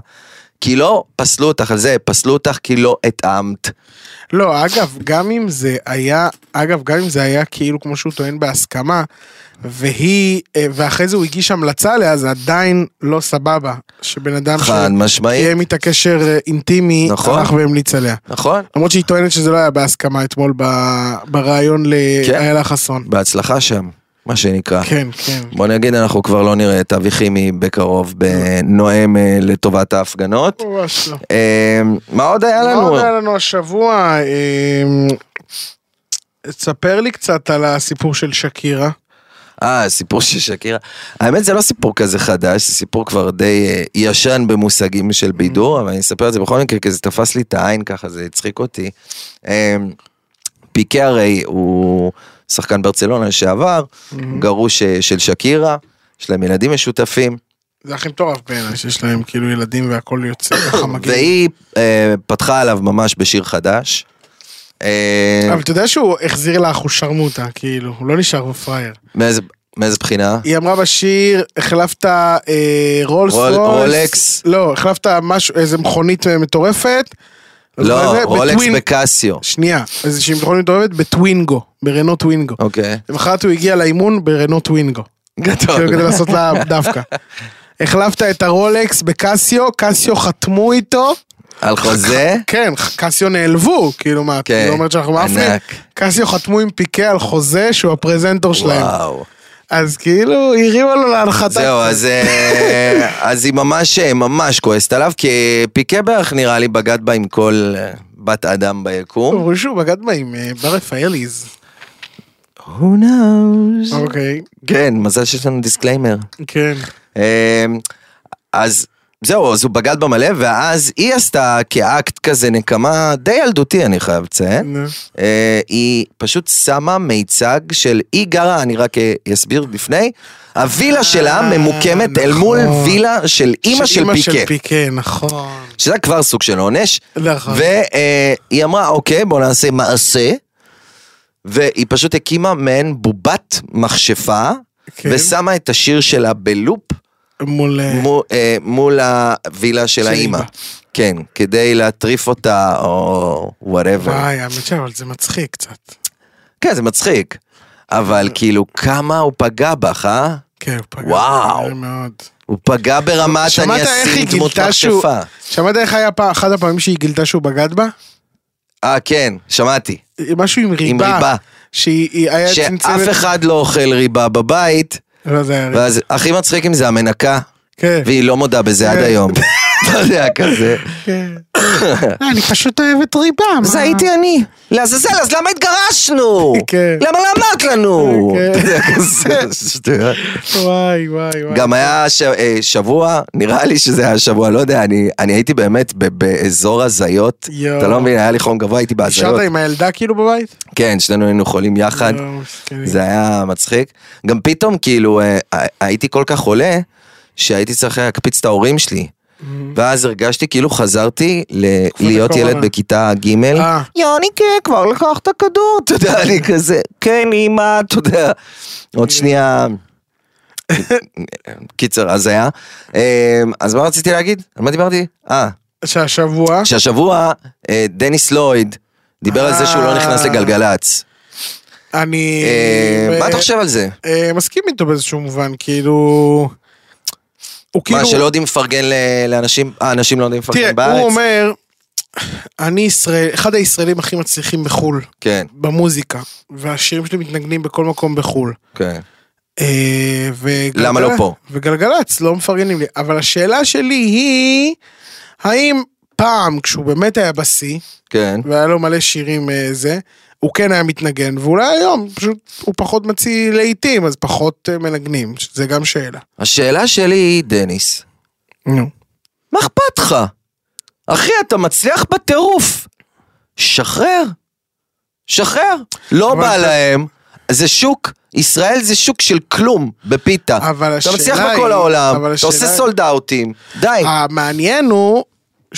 Speaker 4: כי לא פסלו אותך על זה, פסלו אותך כי לא התאמת.
Speaker 2: לא, אגב, גם אם זה היה, אגב, גם אם זה היה כאילו, כמו שהוא טוען, בהסכמה, והיא, אה, ואחרי זה הוא הגיש המלצה עליה, זה עדיין לא סבבה, שבן אדם
Speaker 4: חד משמעית.
Speaker 2: שקיים איתה קשר אה, אינטימי,
Speaker 4: נכון.
Speaker 2: הלך והמליץ עליה.
Speaker 4: נכון.
Speaker 2: למרות שהיא טוענת שזה לא היה בהסכמה אתמול ב... בריאיון
Speaker 4: כן.
Speaker 2: לאיילה חסון.
Speaker 4: בהצלחה שם, מה שנקרא.
Speaker 2: כן, כן.
Speaker 4: בוא נגיד, אנחנו כבר לא נראה את אבי חימי בקרוב בנואם אה, לטובת ההפגנות.
Speaker 2: ממש לא.
Speaker 4: אה, מה עוד היה
Speaker 2: מה
Speaker 4: לנו?
Speaker 2: עוד היה לנו השבוע? אמ, תספר לי קצת על הסיפור של שקירה.
Speaker 4: אה, הסיפור של שקירה. האמת זה לא סיפור כזה חדש, זה סיפור כבר די אה, ישן במושגים של בידור, אבל אני אספר את זה בכל מקרה, כי זה תפס לי את העין ככה, זה הצחיק אותי. אה, פיקה הרי הוא שחקן ברצלונה לשעבר, גרוש אה, של שקירה, יש להם ילדים משותפים.
Speaker 2: זה הכי מטורף בעיניי, שיש להם כאילו ילדים והכל יוצא ככה מגניב.
Speaker 4: והיא אה, פתחה עליו ממש בשיר חדש. אה,
Speaker 2: אבל אתה יודע שהוא החזיר לה אחושרמוטה, כאילו, הוא לא נשאר בפראייר.
Speaker 4: מאיזה- מאיזה בחינה?
Speaker 2: היא אמרה בשיר, החלפת אה, רולס
Speaker 4: רול-
Speaker 2: רויס.
Speaker 4: רולקס.
Speaker 2: לא, החלפת משהו, איזה מכונית אה, מטורפת.
Speaker 4: לא,
Speaker 2: וזה,
Speaker 4: רולקס
Speaker 2: בטווין-
Speaker 4: בקסיו.
Speaker 2: שנייה, איזושהי מכונית מטורפת בטווינגו, ברנו טווינגו.
Speaker 4: אוקיי.
Speaker 2: למחרת הוא הגיע לאימון ברנו טווינגו. כאילו כדי
Speaker 4: גדול.
Speaker 2: לעשות לה דווקא. החלפת את הרולקס בקסיו, קסיו חתמו איתו.
Speaker 4: על חוזה?
Speaker 2: כן, קסיו נעלבו, כאילו מה, את
Speaker 4: כן,
Speaker 2: לא אומרת שאנחנו מאפנים?
Speaker 4: ענק.
Speaker 2: קסיו חתמו עם פיקה על חוזה שהוא הפרזנטור שלהם.
Speaker 4: וואו.
Speaker 2: אז כאילו, הרימה לו להנחתה.
Speaker 4: זהו,
Speaker 2: קצת.
Speaker 4: אז אה, אז היא ממש, אה, ממש כועסת עליו, כי פיקה בערך נראה לי בגד בה עם כל אה, בת אדם ביקום.
Speaker 2: אמרו שהוא בגד בה עם אה, בר רפאליז.
Speaker 4: Who knows?
Speaker 2: אוקיי,
Speaker 4: כן, מזל שיש לנו דיסקליימר.
Speaker 2: כן.
Speaker 4: אמ, אז זהו, אז הוא בגד בה מלא, ואז היא עשתה כאקט כזה נקמה די ילדותי, אני חייב לציין.
Speaker 2: נו.
Speaker 4: אה, היא פשוט שמה מיצג של היא גרה, אני רק אה, אסביר לפני, הווילה שלה
Speaker 2: אה,
Speaker 4: ממוקמת אל מול
Speaker 2: נכון.
Speaker 4: וילה של אימא של
Speaker 2: של
Speaker 4: פיקה.
Speaker 2: פיקה, נכון.
Speaker 4: שזה כבר סוג של עונש,
Speaker 2: נכון.
Speaker 4: והיא אמרה, אוקיי, בוא נעשה מעשה, והיא פשוט הקימה מעין בובת מכשפה,
Speaker 2: כן.
Speaker 4: ושמה את השיר שלה בלופ,
Speaker 2: מול... אה,
Speaker 4: מו- אה, מול הווילה של
Speaker 2: של
Speaker 4: האימא.
Speaker 2: אימא.
Speaker 4: כן, כדי להטריף אותה או וואטאבר.
Speaker 2: וואי, האמת שאבל זה מצחיק קצת.
Speaker 4: כן, זה מצחיק. אבל כאילו, כמה הוא פגע בך, אה?
Speaker 2: כן, הוא פגע.
Speaker 4: וואו.
Speaker 2: הרבה מאוד.
Speaker 4: הוא פגע ברמת אני
Speaker 2: שמעת איך
Speaker 4: אשים
Speaker 2: היא
Speaker 4: דמות
Speaker 2: גילתה שהוא...
Speaker 4: מחשפה.
Speaker 2: שמעת איך היה פעם- אחת הפעמים שהיא גילתה שהוא בגד בה?
Speaker 4: אה, כן, שמעתי.
Speaker 2: משהו עם ריבה.
Speaker 4: ריבה.
Speaker 2: שהיא היא היה
Speaker 4: שאף אחד לא אוכל ריבה בבית,
Speaker 2: לא, זה היה ריבה.
Speaker 4: ואז הכי מצחיק אם זה המנקה,
Speaker 2: כן.
Speaker 4: והיא לא מודה בזה עד
Speaker 2: כן.
Speaker 4: היום. אתה יודע, כזה.
Speaker 2: כן. לא, אני פשוט אוהבת ריבה. מה?
Speaker 4: זה הייתי אני. לעזאזל, אז למה התגרשנו?
Speaker 2: כן.
Speaker 4: למה לא אמרת לנו? אתה
Speaker 2: כן.
Speaker 4: יודע, כזה שטויות.
Speaker 2: וואי, וואי, וואי.
Speaker 4: גם היה ש- אה, שבוע, נראה לי שזה היה שבוע, לא יודע, אני- אני הייתי באמת ב- באזור הזיות.
Speaker 2: יואו.
Speaker 4: אתה לא מבין, היה לי חום גבוה, הייתי בהזיות.
Speaker 2: נשארת עם הילדה כאילו בבית?
Speaker 4: כן, שנינו היינו חולים יחד.
Speaker 2: לא, מסכנים.
Speaker 4: זה היה מצחיק. גם פתאום, כאילו, אה, הייתי כל כך חולה, שהייתי צריך להקפיץ את ההורים שלי. ואז הרגשתי כאילו חזרתי ל- להיות
Speaker 2: הקורונה.
Speaker 4: ילד בכיתה ג'
Speaker 2: אה.
Speaker 4: יוניקה, כבר לקח את הכדור, אתה יודע, אני כזה, כן, אמא, אתה יודע. עוד שנייה... קיצר, אז היה. אה, אז מה רציתי להגיד? על מה דיברתי? אה,
Speaker 2: שהשבוע...
Speaker 4: שהשבוע אה, דניס לויד דיבר על זה שהוא לא נכנס
Speaker 2: אה.
Speaker 4: לגלגלצ.
Speaker 2: אני...
Speaker 4: אה,
Speaker 2: ו-
Speaker 4: מה אתה חושב על זה?
Speaker 2: אה, מסכים איתו באיזשהו מובן, כאילו... הוא
Speaker 4: מה,
Speaker 2: כאילו...
Speaker 4: שלא יודעים לפרגן ל- לאנשים, אה, אנשים לא יודעים
Speaker 2: תראה,
Speaker 4: לפרגן
Speaker 2: הוא
Speaker 4: בארץ?
Speaker 2: אומר, אני ישראל, אחד הישראלים הכי מצליחים בחו"ל,
Speaker 4: כן,
Speaker 2: במוזיקה, והשירים שלי מתנגנים בכל מקום בחו"ל.
Speaker 4: כן.
Speaker 2: אה, וגלגל...
Speaker 4: למה לא פה?
Speaker 2: וגלגלצ, לא מפרגנים לי. אבל השאלה שלי היא, האם פעם, כשהוא באמת היה בשיא,
Speaker 4: כן.
Speaker 2: והיה לו מלא שירים אה, זה, הוא כן היה מתנגן, ואולי היום, פשוט הוא פחות מציא לעיתים, אז פחות אה, מנגנים, שזה גם שאלה.
Speaker 4: השאלה שלי היא, דניס,
Speaker 2: נו.
Speaker 4: מה אכפת לך? אחי, אתה מצליח בטירוף. שחרר. שחרר. לא
Speaker 2: אבל
Speaker 4: בא
Speaker 2: אתה-
Speaker 4: להם. זה שוק, ישראל זה שוק של כלום בפיתה.
Speaker 2: אבל
Speaker 4: אתה
Speaker 2: השאלה
Speaker 4: מצליח
Speaker 2: היא-
Speaker 4: בכל העולם,
Speaker 2: אבל
Speaker 4: אתה עושה
Speaker 2: השאלה- אה,
Speaker 4: סולד אאוטים. די.
Speaker 2: המעניין הוא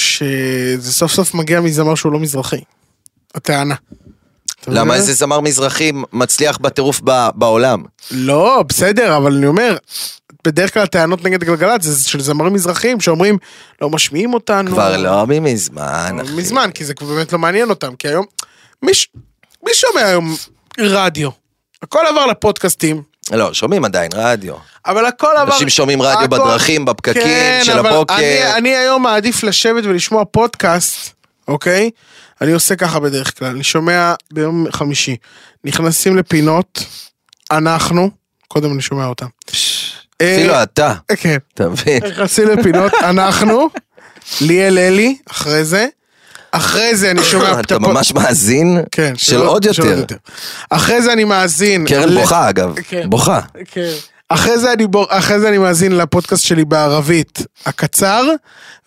Speaker 2: שזה סוף סוף מגיע מזמר שהוא לא מזרחי. הטענה. אתה
Speaker 4: למה
Speaker 2: מבין?
Speaker 4: איזה זמר מזרחי מצליח בטירוף ב- בעולם?
Speaker 2: לא, בסדר, אבל אני אומר, בדרך כלל הטענות נגד גלגלצ זה של זמרים מזרחיים שאומרים, לא משמיעים אותנו.
Speaker 4: כבר לא ממזמן,
Speaker 2: אבל
Speaker 4: אחי.
Speaker 2: מזמן, כי זה כבר באמת לא מעניין אותם, כי היום... מי ש- מי שומע היום רדיו? הכל עבר לפודקאסטים,
Speaker 4: לא, שומעים עדיין רדיו.
Speaker 2: אבל הכל עבר...
Speaker 4: אנשים שומעים רדיו
Speaker 2: הכל-
Speaker 4: בדרכים, בפקקים,
Speaker 2: כן,
Speaker 4: של
Speaker 2: אבל
Speaker 4: הבוקר.
Speaker 2: אני, אני היום מעדיף לשבת ולשמוע פודקאסט, אוקיי? אני עושה ככה בדרך כלל, אני שומע ביום חמישי. נכנסים לפינות, אנחנו, קודם אני שומע אותם.
Speaker 4: אפילו אתה,
Speaker 2: אה, כן.
Speaker 4: אתה מבין?
Speaker 2: נכנסים לפינות, אנחנו, ליאל אלי, אחרי זה. אחרי זה אני שומע את
Speaker 4: אתה
Speaker 2: הפוד-
Speaker 4: ממש מאזין
Speaker 2: כן,
Speaker 4: של עוד יותר.
Speaker 2: אחרי זה אני מאזין.
Speaker 4: קרן
Speaker 2: ל-
Speaker 4: בוכה אגב,
Speaker 2: כן.
Speaker 4: בוכה.
Speaker 2: כן. אחרי זה, אני בור... אחרי זה אני מאזין לפודקאסט שלי בערבית הקצר,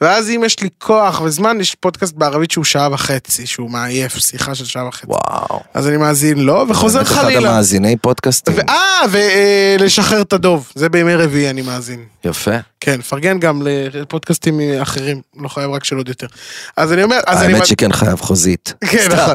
Speaker 2: ואז אם יש לי כוח וזמן, יש פודקאסט בערבית שהוא שעה וחצי, שהוא מעייף, שיחה של שעה וחצי.
Speaker 4: וואו.
Speaker 2: אז אני מאזין לו, וחוזר
Speaker 4: באמת אחד
Speaker 2: חלילה.
Speaker 4: המאזיני פודקאסטים.
Speaker 2: ו- אה, ולשחרר את הדוב, זה בימי רביעי אני מאזין.
Speaker 4: יפה.
Speaker 2: כן, פרגן גם לפודקאסטים אחרים, לא חייב רק של עוד יותר. אז אני אומר, אז אני...
Speaker 4: האמת שכן חייב חוזית.
Speaker 2: כן,
Speaker 4: סתם.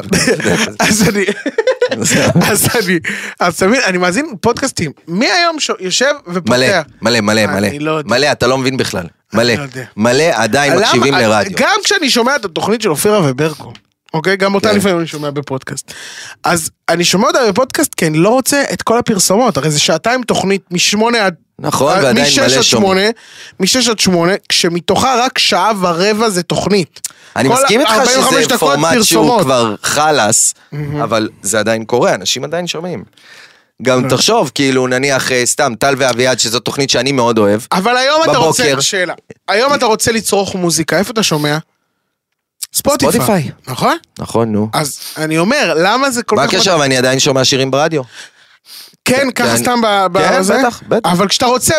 Speaker 2: נכון. אז אני... כן. אז אני... אז תבין, אני מאזין פודקאסטים. מי היום ש- יושב
Speaker 4: מלא,
Speaker 2: ופותח?
Speaker 4: מלא, מלא, מלא.
Speaker 2: אני לא יודע.
Speaker 4: מלא, אתה לא מבין בכלל. מלא.
Speaker 2: לא יודע.
Speaker 4: מלא עדיין
Speaker 2: למה- אה,
Speaker 4: מקשיבים לרדיו.
Speaker 2: גם כשאני שומע את התוכנית של אופירה וברקו, אוקיי? גם אותה
Speaker 4: כן.
Speaker 2: לפעמים אני שומע בפודקאסט. אז אני שומע אותה בפודקאסט כי אני לא רוצה את כל הפרסומות, הרי זה שעתיים תוכנית משמונה עד...
Speaker 4: נכון,
Speaker 2: עד-
Speaker 4: ועדיין
Speaker 2: משש
Speaker 4: מלא
Speaker 2: עד
Speaker 4: שומעים.
Speaker 2: שמונה, משש עד שמונה, כשמתוכה רק שעה ורבע זה תוכנית.
Speaker 4: אני
Speaker 2: כל
Speaker 4: מסכים איתך
Speaker 2: 45
Speaker 4: שזה
Speaker 2: דקות
Speaker 4: פורמט שהוא
Speaker 2: פרסומות.
Speaker 4: כבר חלאס, אבל זה עדיין קורה, אנשים עדיין שומעים.
Speaker 2: כן.
Speaker 4: גם תחשוב, כאילו, נניח, אה, סתם, טל ואביעד, שזו תוכנית שאני מאוד אוהב.
Speaker 2: אבל היום אתה
Speaker 4: בבוקר.
Speaker 2: רוצה, שאלה, היום אתה רוצה לצרוך מוזיקה, איפה אתה שומע? ספוטיפיי.
Speaker 4: ספוטיפיי.
Speaker 2: נכון?
Speaker 4: נכון, נו.
Speaker 2: אז אני אומר, למה זה כל
Speaker 4: מה
Speaker 2: כך...
Speaker 4: הקשר? אבל אני עדיין שומע שירים ברדיו.
Speaker 2: כן,
Speaker 4: כן,
Speaker 2: ככה סתם ב-
Speaker 4: כן,
Speaker 2: בזה.
Speaker 4: בטח, בטח.
Speaker 2: אבל כשאתה רוצה,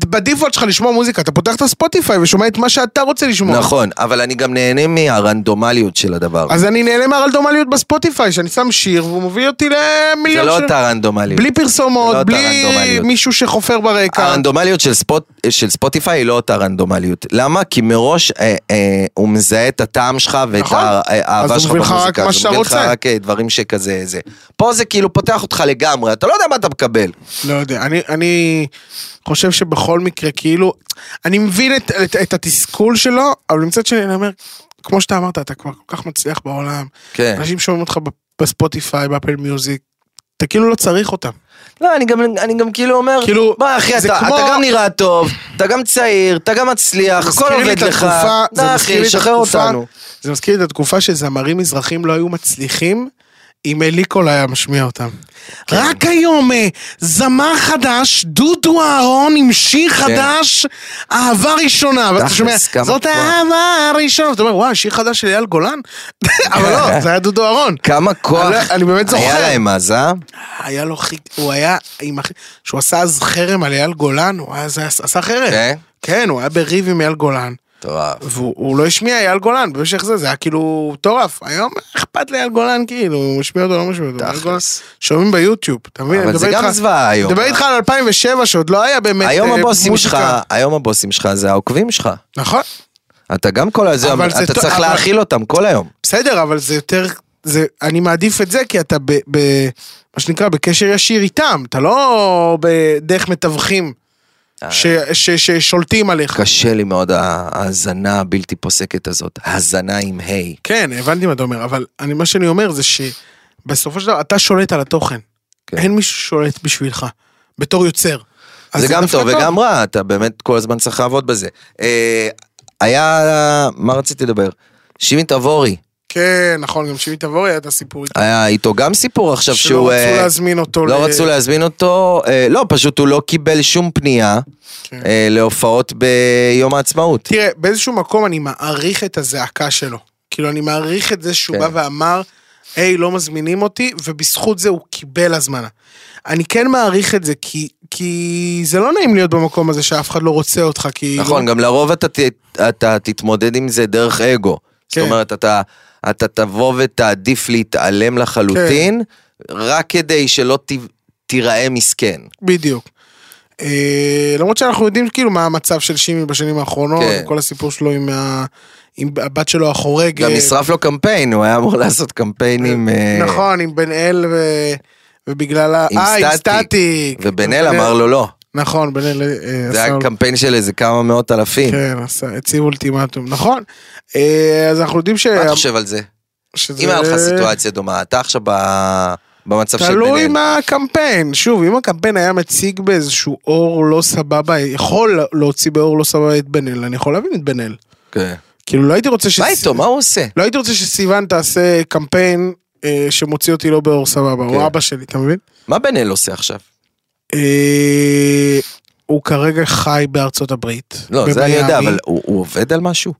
Speaker 2: בדיפולט שלך לשמוע מוזיקה, אתה פותח את הספוטיפיי ושומע את מה שאתה רוצה לשמוע.
Speaker 4: נכון, אבל אני גם נהנה מהרנדומליות של הדבר.
Speaker 2: אז אני נהנה מהרנדומליות בספוטיפיי, שאני שם שיר והוא מוביל אותי
Speaker 4: זה
Speaker 2: למיליון
Speaker 4: לא
Speaker 2: שיר.
Speaker 4: אותה רנדומליות.
Speaker 2: בלי
Speaker 4: זה לא
Speaker 2: פרסומות,
Speaker 4: אותה
Speaker 2: בלי
Speaker 4: רנדומליות.
Speaker 2: מישהו שחופר ברקע.
Speaker 4: הרנדומליות של, ספוט, של ספוטיפיי היא לא אותה רנדומליות. למה? כי מראש אה, אה, הוא מזהה את הטעם שלך ואת
Speaker 2: נכון.
Speaker 4: הא- האהבה
Speaker 2: אז
Speaker 4: שלך
Speaker 2: הוא מביא לך
Speaker 4: במוזיקה.
Speaker 2: רק
Speaker 4: אז
Speaker 2: מה שאתה
Speaker 4: מביא לך
Speaker 2: רוצה.
Speaker 4: רק אה, דברים שכזה זה. פה זה כאילו פותח אותך לגמרי, אתה לא יודע מה אתה מקבל.
Speaker 2: לא יודע, אני, אני חושב שבכל מקרה, כאילו, אני מבין את, את, את התסכול שלו, אבל מצד שני, אני אומר, כמו שאתה אמרת, אתה כבר כל כך מצליח בעולם.
Speaker 4: כן.
Speaker 2: אנשים שומעים אותך ב- בספוטיפיי, באפל מיוזיק, אתה כאילו לא צריך אותם.
Speaker 4: לא, אני גם, אני גם כאילו אומר,
Speaker 2: כאילו,
Speaker 4: מה אחי,
Speaker 2: זה
Speaker 4: אתה,
Speaker 2: כמו-
Speaker 4: אתה גם נראה טוב, אתה גם צעיר, אתה גם מצליח, הכל
Speaker 2: מזכיר לי את
Speaker 4: עובד לך.
Speaker 2: התקופה-
Speaker 4: די,
Speaker 2: זה מזכיר
Speaker 4: אחי,
Speaker 2: לי את
Speaker 4: שחרר
Speaker 2: התקופה-
Speaker 4: אותנו.
Speaker 2: זה מזכיר לי את התקופה שזמרים מזרחים לא היו מצליחים. אם אליקול היה משמיע אותם. רק היום אה, זמר חדש, דודו אהרון עם שיר חדש, אהבה ראשונה. ואתה
Speaker 4: תכלס,
Speaker 2: שומע,
Speaker 4: כמה
Speaker 2: זאת
Speaker 4: כוח."
Speaker 2: האהבה הראשונה. ואתה אומר, וואי, שיר חדש של אייל גולן? אבל לא, זה היה דודו אהרון.
Speaker 4: כמה כוח
Speaker 2: אני- אני באמת זוכר.
Speaker 4: היה להם אז, אה?
Speaker 2: היה לו חיק... הוא היה עם... הח- שהוא עשה אז חרם על אייל גולן, הוא היה- אז עשה חרם.
Speaker 4: כן?
Speaker 2: כן, הוא היה בריב עם אייל גולן.
Speaker 4: מטורף.
Speaker 2: והוא הוא לא השמיע אייל גולן במשך זה, זה היה כאילו מטורף. היום אכפת לאייל גולן כאילו, הוא משמיע אותו, לא משמיע אותו. אייל גולן-
Speaker 4: תכלס.
Speaker 2: שומעים ביוטיוב, אתה מבין?
Speaker 4: אבל
Speaker 2: אני
Speaker 4: זה
Speaker 2: מדבר
Speaker 4: גם
Speaker 2: איתך-
Speaker 4: זוועה היום. אה.
Speaker 2: אני מדבר איתך על 2007 שעוד לא היה באמת
Speaker 4: היום
Speaker 2: אה,
Speaker 4: הבוסים שלך,
Speaker 2: מוזיקה.
Speaker 4: היום הבוסים שלך זה העוקבים שלך.
Speaker 2: נכון,
Speaker 4: אתה גם כל היום,
Speaker 2: אבל זה
Speaker 4: אתה
Speaker 2: טוב,
Speaker 4: צריך
Speaker 2: אבל-
Speaker 4: להאכיל אותם כל היום.
Speaker 2: בסדר, אבל זה יותר... זה, אני מעדיף את זה כי אתה ב... ב מה שנקרא, בקשר ישיר איתם, אתה לא בדרך מתווכים
Speaker 4: אה.
Speaker 2: ש, ש, ששולטים עליך.
Speaker 4: קשה לי מאוד ה- ההאזנה הבלתי פוסקת הזאת, האזנה עם היי.
Speaker 2: כן, הבנתי מה אתה אומר, אבל אני, מה שאני אומר זה שבסופו של דבר אתה שולט על התוכן.
Speaker 4: כן.
Speaker 2: כן. אין מישהו ששולט בשבילך, בתור יוצר. אז
Speaker 4: זה גם
Speaker 2: דווקא
Speaker 4: טוב וגם רע, אתה באמת כל הזמן צריך לעבוד בזה. אה, היה, מה רציתי לדבר? שמעי תבורי,
Speaker 2: כן, נכון, גם שמי תבורי היה את הסיפור איתו.
Speaker 4: היה איתו גם סיפור עכשיו שהוא...
Speaker 2: שלא רצו
Speaker 4: אה,
Speaker 2: להזמין אותו.
Speaker 4: לא רצו להזמין אותו, אה, לא, פשוט הוא לא קיבל שום פנייה
Speaker 2: כן.
Speaker 4: אה, להופעות ביום העצמאות.
Speaker 2: תראה, באיזשהו מקום אני מעריך את הזעקה שלו. כאילו, אני מעריך את זה שהוא
Speaker 4: כן.
Speaker 2: בא ואמר, היי, לא מזמינים אותי, ובזכות זה הוא קיבל הזמנה. אני כן מעריך את זה, כי, כי זה לא נעים להיות במקום הזה שאף אחד לא רוצה אותך, כי...
Speaker 4: נכון, גם לרוב אתה, ת- אתה תתמודד עם זה דרך אגו. זאת
Speaker 2: כן.
Speaker 4: אומרת, אתה, אתה תבוא ותעדיף להתעלם לחלוטין,
Speaker 2: כן.
Speaker 4: רק כדי שלא ת, תיראה מסכן.
Speaker 2: בדיוק. אה, למרות שאנחנו יודעים כאילו מה המצב של שימי בשנים האחרונות,
Speaker 4: כן.
Speaker 2: כן. כל הסיפור שלו עם, ה... עם הבת שלו החורגת.
Speaker 4: גם נשרף לו קמפיין, הוא היה אמור לעשות קמפיינים... אה,
Speaker 2: נכון, עם בן אל ו... ובגלל ה...
Speaker 4: עם
Speaker 2: אה, עם
Speaker 4: סטטיק.
Speaker 2: סטטיק. כן.
Speaker 4: ובן אל אמר לו לא.
Speaker 2: נכון, בן אל... אה,
Speaker 4: זה
Speaker 2: עשה
Speaker 4: היה
Speaker 2: לו-
Speaker 4: קמפיין של איזה כמה מאות אלפים.
Speaker 2: כן, עשה- הציב אולטימטום, נכון. אה, אז אנחנו יודעים ש...
Speaker 4: מה אתה חושב על זה?
Speaker 2: שזה-
Speaker 4: אם היה לך סיטואציה דומה, אתה עכשיו ב- במצב של בן אל.
Speaker 2: תלוי מה הקמפיין, שוב, אם הקמפיין היה מציג באיזשהו אור לא סבבה, יכול להוציא באור לא סבבה את בן אל, אני יכול להבין את בן אל.
Speaker 4: כן.
Speaker 2: כאילו לא הייתי רוצה ש...
Speaker 4: מה איתו? מה הוא עושה?
Speaker 2: לא הייתי רוצה שסיוון תעשה קמפיין אה, שמוציא אותי לא באור סבבה,
Speaker 4: כן.
Speaker 2: הוא אבא שלי, אתה מבין?
Speaker 4: מה בן אל עושה עכשיו?
Speaker 2: אה, הוא כרגע חי בארצות הברית.
Speaker 4: לא, זה אני
Speaker 2: במיאמי.
Speaker 4: יודע, אבל הוא הוא עובד על משהו?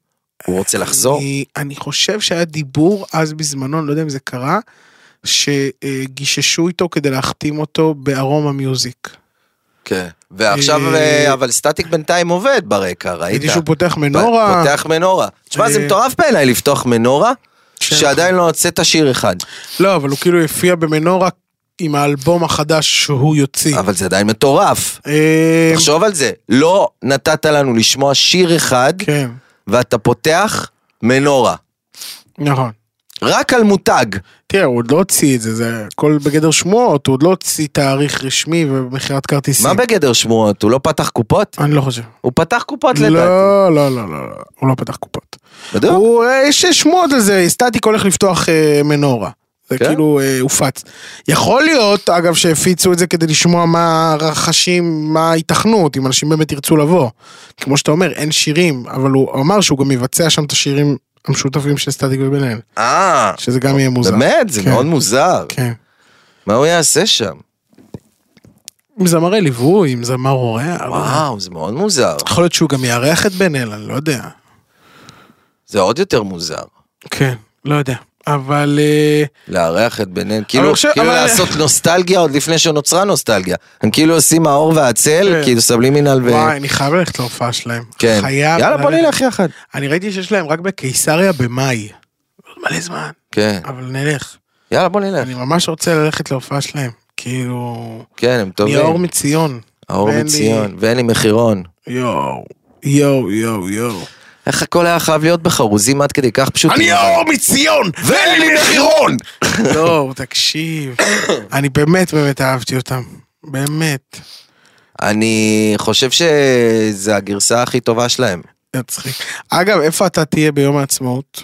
Speaker 4: הוא רוצה לחזור?
Speaker 2: אני, אני חושב שהיה דיבור אז בזמנו, אני לא יודע אם זה קרה, שגיששו איתו כדי להחתים אותו בארומה מיוזיק.
Speaker 4: כן. ועכשיו,
Speaker 2: אה,
Speaker 4: אה, אבל סטטיק בינתיים עובד ברקע, ראית?
Speaker 2: ראיתי שהוא פותח
Speaker 4: פ-
Speaker 2: מנורה.
Speaker 4: פותח מנורה. תשמע,
Speaker 2: אה,
Speaker 4: זה מטורף בעיניי לפתוח מנורה,
Speaker 2: כן.
Speaker 4: שעדיין לא הוצאת שיר אחד.
Speaker 2: לא, אבל הוא כאילו הופיע במנורה עם האלבום החדש שהוא יוציא.
Speaker 4: אבל זה עדיין מטורף.
Speaker 2: אה,
Speaker 4: תחשוב על זה, לא נתת לנו לשמוע שיר אחד,
Speaker 2: כן,
Speaker 4: ואתה פותח מנורה.
Speaker 2: נכון.
Speaker 4: רק על מותג.
Speaker 2: תראה, הוא עוד לא הוציא את זה, זה הכל בגדר שמועות, הוא עוד לא הוציא תאריך רשמי ומכירת כרטיסים.
Speaker 4: מה בגדר שמועות? הוא לא פתח קופות?
Speaker 2: אני לא חושב.
Speaker 4: הוא פתח קופות
Speaker 2: לא,
Speaker 4: לדעתי.
Speaker 2: לא, לא, לא, לא, הוא לא פתח קופות.
Speaker 4: בדיוק.
Speaker 2: הוא, אה, יש שמועות על זה, סטטיק הולך לפתוח אה, מנורה. זה
Speaker 4: כן?
Speaker 2: כאילו אה, הופץ. יכול להיות, אגב, שהפיצו את זה כדי לשמוע מה הרחשים, מה ההיתכנות, אם אנשים באמת ירצו לבוא. כמו שאתה אומר, אין שירים, אבל הוא אמר שהוא גם יבצע שם את השירים המשותפים של סטטיק ובן אל,
Speaker 4: אה,
Speaker 2: שזה גם יהיה מוזר.
Speaker 4: באמת? זה
Speaker 2: כן,
Speaker 4: מאוד מוזר.
Speaker 2: כן.
Speaker 4: מה הוא יעשה שם?
Speaker 2: עם זמרי ליווי, עם זמר אורח. לא יודע.
Speaker 4: וואו, זה מאוד מוזר.
Speaker 2: יכול להיות שהוא גם יארח את בן אל, אני לא יודע.
Speaker 4: זה עוד יותר מוזר.
Speaker 2: כן, לא יודע. אבל... אה,
Speaker 4: לארח את ביניהם, כאילו,
Speaker 2: עכשיו-
Speaker 4: כאילו
Speaker 2: אבל-
Speaker 4: לעשות נוסטלגיה עוד לפני שנוצרה נוסטלגיה. הם כאילו עושים האור והצל,
Speaker 2: כן.
Speaker 4: כאילו סבלימינל ו...
Speaker 2: וואי, אני חייב ללכת להופעה שלהם.
Speaker 4: כן.
Speaker 2: חייב.
Speaker 4: יאללה, בוא
Speaker 2: ללכת.
Speaker 4: נלך יחד.
Speaker 2: אני ראיתי שיש להם רק בקיסריה במאי. מלא זמן.
Speaker 4: כן,
Speaker 2: אבל נלך.
Speaker 4: יאללה, בוא נלך.
Speaker 2: אני ממש רוצה ללכת להופעה שלהם. כאילו...
Speaker 4: כן, הם טובים.
Speaker 2: מאור מציון.
Speaker 4: האור
Speaker 2: ואין לי-
Speaker 4: מציון, ואין לי מחירון.
Speaker 2: יואו. יואו, יואו, יואו.
Speaker 4: איך הכל היה חייב להיות בחרוזים עד כדי כך פשוט.
Speaker 2: לא- מציון!
Speaker 4: ואין לי מחירון!
Speaker 2: לא, תקשיב. אני באמת באמת אהבתי אותם. באמת.
Speaker 4: אני חושב שזה הגרסה הכי טובה שלהם.
Speaker 2: זה מצחיק. אגב, איפה אתה תהיה ביום העצמאות?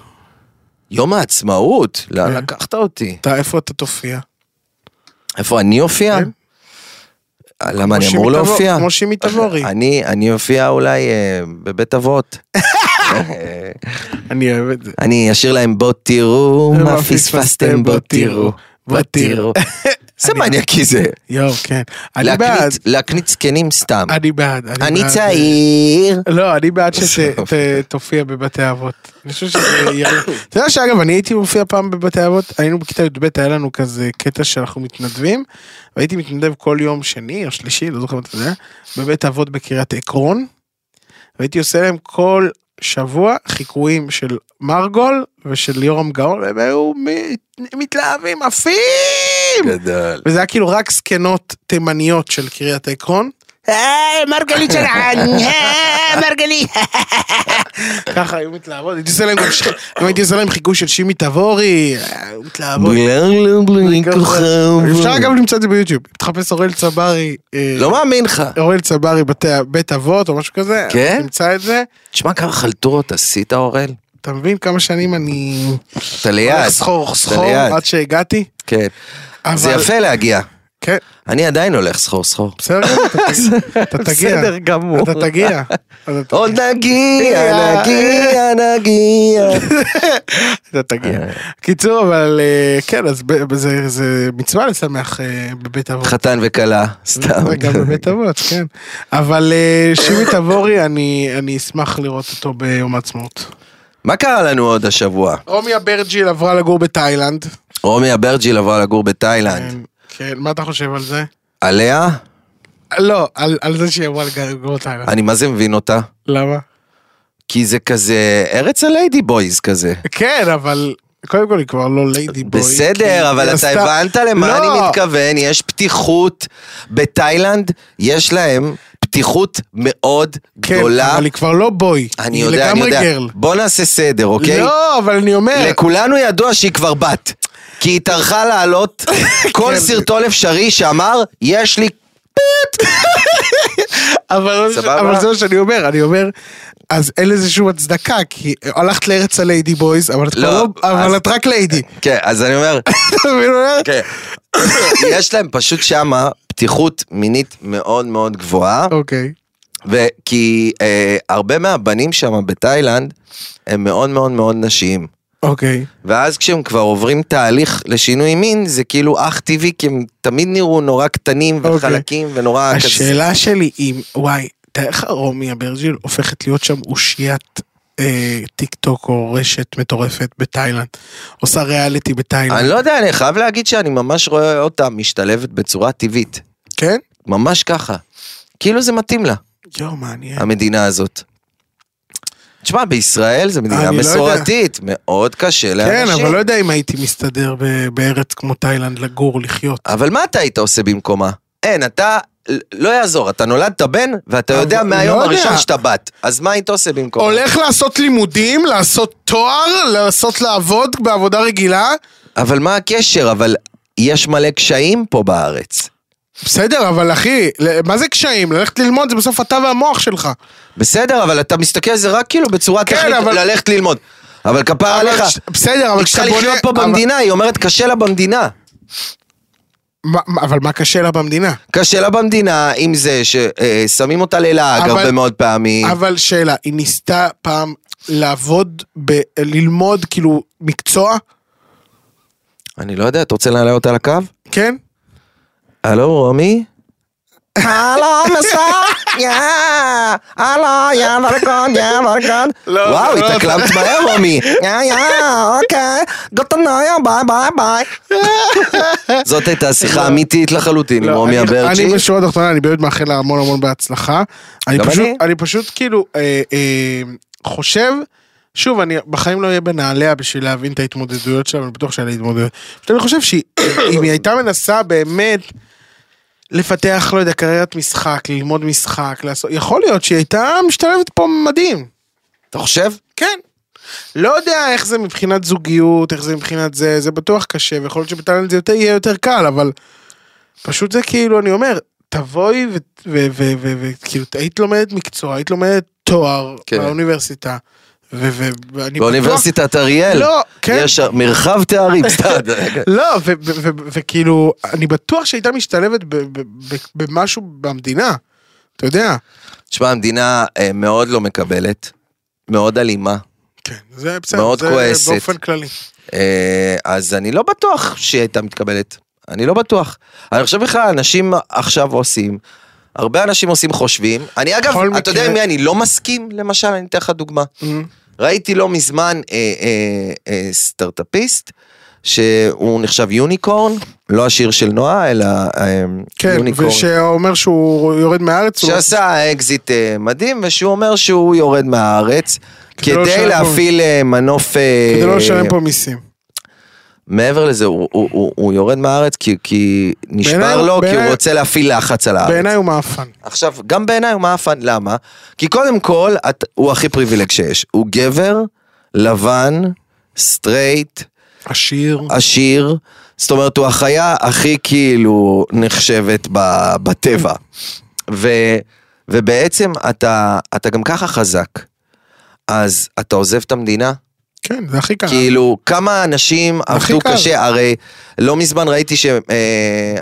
Speaker 4: יום העצמאות, לאן
Speaker 2: כן.
Speaker 4: לקחת אותי?
Speaker 2: אתה, איפה אתה תופיע?
Speaker 4: איפה אני אופיע?
Speaker 2: כן.
Speaker 4: אה, למה אני
Speaker 2: כמו
Speaker 4: אמור
Speaker 2: שימי תבור-
Speaker 4: להופיע?
Speaker 2: כמו שימי תבורי.
Speaker 4: אני אני אופיע אולי אה, בבית אבות.
Speaker 2: אני אוהב את זה.
Speaker 4: אני אשאיר להם בוא תראו מה פספסתם בוא תראו. בוא תראו. זה מניאקי זה.
Speaker 2: יואו, כן. אני
Speaker 4: להקניט-
Speaker 2: בעד.
Speaker 4: להקניט זקנים סתם.
Speaker 2: אני בעד.
Speaker 4: אני
Speaker 2: בעד.
Speaker 4: צעיר.
Speaker 2: לא, אני בעד
Speaker 4: בסוף.
Speaker 2: שתופיע בבתי אבות. אני חושב שזה יהיה... אתה יודע שאגב, אני הייתי מופיע פעם בבתי אבות, היינו בכיתה י"ב, היה לנו כזה קטע שאנחנו מתנדבים, והייתי מתנדב כל יום שני או שלישי, לא זוכר מתי זה היה, בבית אבות בקריית עקרון, והייתי עושה להם כל שבוע חיקויים של מרגול ושל יורם גאון, והם היו מת- מתלהבים, עפים!
Speaker 4: גדול.
Speaker 2: וזה היה כאילו רק זקנות תימניות של קריית עקרון. היי, אה, מרגלית שלען, היי, מרגלית. ככה היו מתלהבות, הייתי עושה להם גם ש- גם הייתי עושה להם חיקוי של שימי תבורי, היו מתלהבות. אפשר גם למצוא את זה ביוטיוב, תחפש אוראל צברי, אה,
Speaker 4: לא מאמין לך.
Speaker 2: אוראל צברי בתי- בית אבות או משהו כזה,
Speaker 4: כן?
Speaker 2: תמצא את זה,
Speaker 4: תשמע כמה חלטורות עשית אורל.
Speaker 2: אתה מבין כמה שנים אני
Speaker 4: אתה ליד.
Speaker 2: הולך סחור סחור
Speaker 4: ליד.
Speaker 2: עד שהגעתי,
Speaker 4: כן. זה
Speaker 2: אבל
Speaker 4: יפה להגיע.
Speaker 2: כן,
Speaker 4: אני עדיין הולך סחור סחור.
Speaker 2: בסדר, גמור, אתה תגיע, אתה תגיע,
Speaker 3: בסדר גמור.
Speaker 2: אתה תגיע, אתה
Speaker 4: עוד נגיע, נגיע, נגיע.
Speaker 2: אתה תגיע. קיצור, אבל אה, כן, אז ב- זה- זה מצווה לשמח אה, בבית אבות.
Speaker 4: חתן וכלה, סתם.
Speaker 2: גם בבית אבות, כן. אבל אה, שימי תבורי, אני אני אשמח לראות אותו ביום העצמאות.
Speaker 4: מה קרה לנו עוד השבוע?
Speaker 2: רומי אברג'יל עברה לגור בתאילנד.
Speaker 4: רומי אברג'יל עברה לגור בתאילנד.
Speaker 2: כן, מה אתה חושב על זה?
Speaker 4: עליה?
Speaker 2: לא, על- על זה שהיא עברה לג- לגור בתאילנד.
Speaker 4: אני מה זה מבין אותה?
Speaker 2: למה?
Speaker 4: כי זה כזה ארץ הליידי בויז כזה.
Speaker 2: כן, אבל קודם כל היא כבר לא ליידי בוי.
Speaker 4: בסדר,
Speaker 2: כי
Speaker 4: אבל
Speaker 2: כן, היא
Speaker 4: אתה
Speaker 2: עשתה-
Speaker 4: הבנת למה
Speaker 2: לא,
Speaker 4: אני מתכוון, יש פתיחות. בתאילנד יש להם פתיחות מאוד
Speaker 2: כן,
Speaker 4: גדולה.
Speaker 2: אבל היא כבר לא בוי.
Speaker 4: אני יודע, אני
Speaker 2: היא
Speaker 4: יודע.
Speaker 2: לגמרי גרל.
Speaker 4: בוא נעשה סדר, אוקיי?
Speaker 2: לא, אבל אני אומר,
Speaker 4: לכולנו ידוע שהיא כבר בת. כי היא טרחה להעלות כל
Speaker 2: כן.
Speaker 4: סרטון אפשרי שאמר, יש לי...
Speaker 2: אבל,
Speaker 4: סבבה?
Speaker 2: אבל זה מה שאני אומר, אני אומר, אז אין לזה שום הצדקה, כי הלכת לארץ הליידי בויז, אבל את,
Speaker 4: לא,
Speaker 2: לא, לא,
Speaker 4: אז-
Speaker 2: אבל את רק ליידי.
Speaker 4: כן, אז אני אומר,
Speaker 2: אתה מבין מה אני אומר?
Speaker 4: כן. יש להם פשוט שמה פתיחות מינית מאוד מאוד גבוהה,
Speaker 2: אוקיי.
Speaker 4: וכי אה, הרבה מהבנים שם בתאילנד הם מאוד מאוד מאוד נשיים.
Speaker 2: אוקיי.
Speaker 4: ואז כשהם כבר עוברים תהליך לשינוי מין, זה כאילו אך טבעי, כי הם תמיד נראו נורא קטנים
Speaker 2: אוקיי.
Speaker 4: וחלקים ונורא אה, כזה.
Speaker 2: השאלה שלי אם, וואי, תאר לך רומי אברג'יל הופכת להיות שם אושיית אה, טיק טוק או רשת מטורפת בתאילנד. עושה ריאליטי
Speaker 4: אני
Speaker 2: בתאילנד.
Speaker 4: לא יודע, אני חייב להגיד שאני ממש רואה אותה משתלבת בצורה טבעית.
Speaker 2: כן?
Speaker 4: ממש ככה. כאילו זה מתאים לה,
Speaker 2: יואו, מעניין.
Speaker 4: המדינה הזאת. תשמע, בישראל זו
Speaker 2: אני
Speaker 4: מדינה
Speaker 2: לא יודע.
Speaker 4: מסורתית, מאוד קשה
Speaker 2: כן,
Speaker 4: לאנשים.
Speaker 2: אבל לא יודע אם הייתי מסתדר ב- בארץ כמו תאילנד לגור, לחיות.
Speaker 4: אבל מה אתה היית עושה במקומה? אין, אתה... לא יעזור, אתה נולדת בן, ואתה
Speaker 2: אבל-
Speaker 4: יודע מהיום
Speaker 2: לא יודע.
Speaker 4: הראשון שאתה בת. אז מה היית עושה במקומה?
Speaker 2: הולך לעשות לימודים, לעשות תואר, לעשות לעבוד בעבודה רגילה.
Speaker 4: אבל מה הקשר? אבל יש מלא קשיים פה בארץ.
Speaker 2: בסדר, אבל אחי, ל- מה זה קשיים? ללכת ללמוד זה בסוף אתה והמוח שלך.
Speaker 4: בסדר, אבל אתה מסתכל על זה רק כאילו בצורה
Speaker 2: כן,
Speaker 4: טכנית,
Speaker 2: אבל-
Speaker 4: ללכת ללמוד. אבל כפר עליך,
Speaker 2: אבל כש- בסדר, אבל
Speaker 4: אה, היא
Speaker 2: כשאתה
Speaker 4: צריכה
Speaker 2: בונה...
Speaker 4: לחיות פה
Speaker 2: אבל-
Speaker 4: במדינה, היא אומרת קשה לה במדינה.
Speaker 2: מה- מה- אבל מה קשה לה במדינה?
Speaker 4: קשה לה במדינה עם זה ששמים אותה ללעג
Speaker 2: אבל-
Speaker 4: הרבה מאוד פעמים.
Speaker 2: אבל שאלה, היא ניסתה פעם לעבוד, ב- ללמוד כאילו מקצוע?
Speaker 4: אני לא יודע, אתה רוצה להעלה אותה לקו?
Speaker 2: כן?
Speaker 4: הלו, רומי? הלו, מסע! יא! הלו, יא דרגון, יא דרגון!
Speaker 2: לא,
Speaker 4: וואו,
Speaker 2: לא,
Speaker 4: התאקלמת מהר, רומי! יא יא, אוקיי, גוטנויה, ביי ביי ביי. זאת הייתה שיחה אמיתית לחלוטין עם
Speaker 2: לא,
Speaker 4: רומי
Speaker 2: אני-
Speaker 4: אברג'י.
Speaker 2: אני בשורה התחתונה, אני באמת מאחל לה המון המון בהצלחה. אני
Speaker 4: גם
Speaker 2: פשוט,
Speaker 4: אני.
Speaker 2: אני פשוט כאילו אה, אה, חושב, שוב, אני בחיים לא אהיה בנעליה בשביל להבין את ההתמודדויות שלה, ואני בטוח שהיה לה התמודדויות. פשוט אני חושב שאם היא הייתה מנסה באמת לפתח, לא יודע, קריירת משחק, ללמוד משחק, לעשות, יכול להיות שהיא הייתה משתלבת פה מדהים.
Speaker 4: אתה חושב?
Speaker 2: כן. לא יודע איך זה מבחינת זוגיות, איך זה מבחינת זה, זה בטוח קשה, ויכול להיות שבתאילנד זה יותר, יהיה יותר קל, אבל פשוט זה כאילו, אני אומר, תבואי כאילו, וכאילו, היית לומדת מקצוע, היית לומדת תואר
Speaker 4: כן.
Speaker 2: באוניברסיטה, ו- ו- ואני בטוח-
Speaker 4: באוניברסיטת אריאל.
Speaker 2: לא, כן.
Speaker 4: יש מרחב תארים, סתם.
Speaker 2: לא, ו- ו- ו- ו- וכאילו, אני בטוח שהייתה משתלבת ב- ב- ב- במשהו במדינה. אתה יודע.
Speaker 4: תשמע, המדינה אה, מאוד לא מקבלת, מאוד אלימה.
Speaker 2: כן, זה בסדר.
Speaker 4: מאוד
Speaker 2: זה
Speaker 4: כועסת.
Speaker 2: באופן כללי.
Speaker 4: אה, אז אני לא בטוח שהיא הייתה מתקבלת. אני לא בטוח. אני חושב בכלל, אנשים עכשיו עושים, הרבה אנשים עושים חושבים. אני אגב,
Speaker 2: בכל
Speaker 4: אתה
Speaker 2: מקרה-
Speaker 4: יודע עם מי אני לא מסכים? למשל, אני אתן לך דוגמה. ראיתי לא מזמן אה, אה, אה, סטארטאפיסט, שהוא נחשב יוניקורן, לא השיר של נועה, אלא אה,
Speaker 2: כן,
Speaker 4: יוניקורן.
Speaker 2: ושאומר שהוא יורד מהארץ, הוא... לא-
Speaker 4: שעשה אקזיט אה, מדהים, ושהוא אומר שהוא יורד מהארץ,
Speaker 2: כדי לא
Speaker 4: כדי
Speaker 2: לשלם פה-
Speaker 4: להפעיל אה, מנוף... אה,
Speaker 2: כדי לא לשלם פה מיסים.
Speaker 4: מעבר לזה, הוא, הוא, הוא, הוא יורד מהארץ כי, כי נשבר
Speaker 2: בעיניי-
Speaker 4: לו, כי
Speaker 2: בעיניי-
Speaker 4: הוא רוצה להפעיל לחץ על הארץ.
Speaker 2: בעיניי הוא מאפן.
Speaker 4: עכשיו, גם בעיניי הוא מאפן, למה? כי קודם כל, את, הוא הכי פריבילג שיש. הוא גבר, לבן, סטרייט,
Speaker 2: עשיר.
Speaker 4: עשיר, זאת אומרת, הוא החיה הכי כאילו נחשבת ב, בטבע. ו, ובעצם אתה, אתה גם ככה חזק. אז אתה עוזב את המדינה,
Speaker 2: כן, זה הכי קל.
Speaker 4: כאילו, כמה אנשים עבדו
Speaker 2: קל.
Speaker 4: קשה, הרי לא מזמן ראיתי ש... אה,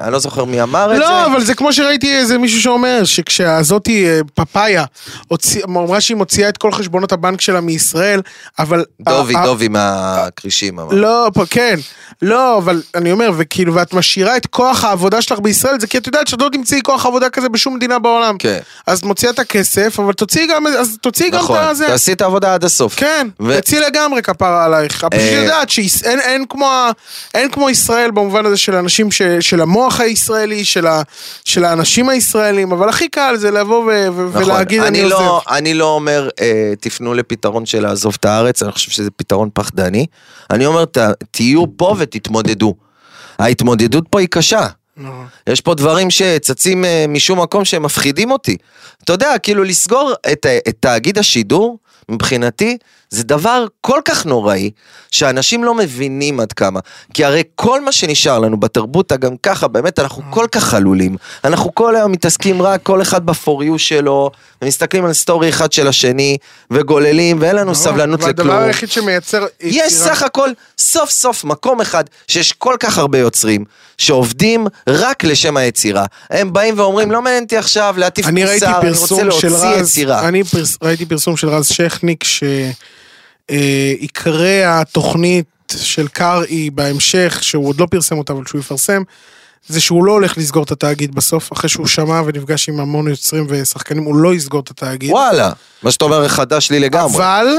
Speaker 4: אני לא זוכר מי אמר את זה.
Speaker 2: לא, אבל זה כמו שראיתי איזה מישהו שאומר שכשהזאתי אה, פאפאיה הוציא- אמ, אמרה שהיא מוציאה את כל חשבונות הבנק שלה מישראל, אבל...
Speaker 4: דובי,
Speaker 2: ה- ה-
Speaker 4: דובי מהכרישים אמר.
Speaker 2: אה, לא, פה, כן. לא, אבל אני אומר, וכאילו, ואת משאירה את כוח העבודה שלך בישראל, זה כי את יודעת שאת לא תמצאי כוח עבודה כזה בשום מדינה בעולם.
Speaker 4: כן.
Speaker 2: אז את מוציאה את הכסף, אבל תוציאי גם, אז תוציאי גם
Speaker 4: נכון,
Speaker 2: את הזה.
Speaker 4: תעשי את העבודה עד הסוף.
Speaker 2: כן,
Speaker 4: ו-
Speaker 2: תצאי לגמרי כפרה עלייך. את פשוט
Speaker 4: אה,
Speaker 2: יודעת שאין אין כמו, ה- אין כמו ישראל במובן הזה של אנשים, ש, של המוח הישראלי, של, ה, של האנשים הישראלים, אבל הכי קל זה לבוא ו, ו,
Speaker 4: נכון.
Speaker 2: ולהגיד אני, עוזב.
Speaker 4: לא, אני לא אומר, אה, תפנו לפתרון של לעזוב את הארץ, אני חושב שזה פתרון פחדני. אני אומר, ת, תהיו פה ותתמודדו. ההתמודדות פה היא קשה.
Speaker 2: נו.
Speaker 4: יש פה דברים שצצים אה, משום מקום שהם מפחידים אותי. אתה יודע, כאילו לסגור את, ה- את תאגיד השידור, מבחינתי, זה דבר כל כך נוראי, שאנשים לא מבינים עד כמה. כי הרי כל מה שנשאר לנו בתרבות, גם ככה, באמת,
Speaker 2: אה.
Speaker 4: אנחנו כל כך חלולים. אנחנו כל היום מתעסקים רק כל אחד בפוריו שלו, ומסתכלים על סטורי אחד של השני, וגוללים, ואין לנו סבלנות לכלום.
Speaker 2: נכון, והדבר היחיד שמייצר...
Speaker 4: יש
Speaker 2: יצירה-
Speaker 4: סך הכל סוף סוף מקום אחד שיש כל כך הרבה יוצרים שעובדים רק לשם היצירה. הם באים ואומרים לא מעניין אותי עכשיו להטיף
Speaker 2: אני ראיתי
Speaker 4: מוסר, אני רוצה
Speaker 2: פרסום של
Speaker 4: להוציא
Speaker 2: רז,
Speaker 4: יצירה.
Speaker 2: אני פרס, ראיתי פרסום של רז שכניק שעיקרי התוכנית של קרעי בהמשך, שהוא עוד לא פרסם אותה אבל שהוא יפרסם, זה שהוא לא הולך לסגור את התאגיד בסוף, אחרי שהוא שמע ונפגש עם המון יוצרים ושחקנים, הוא לא יסגור את התאגיד.
Speaker 4: וואלה, מה שאתה אומר חדש לי לגמרי.
Speaker 2: אבל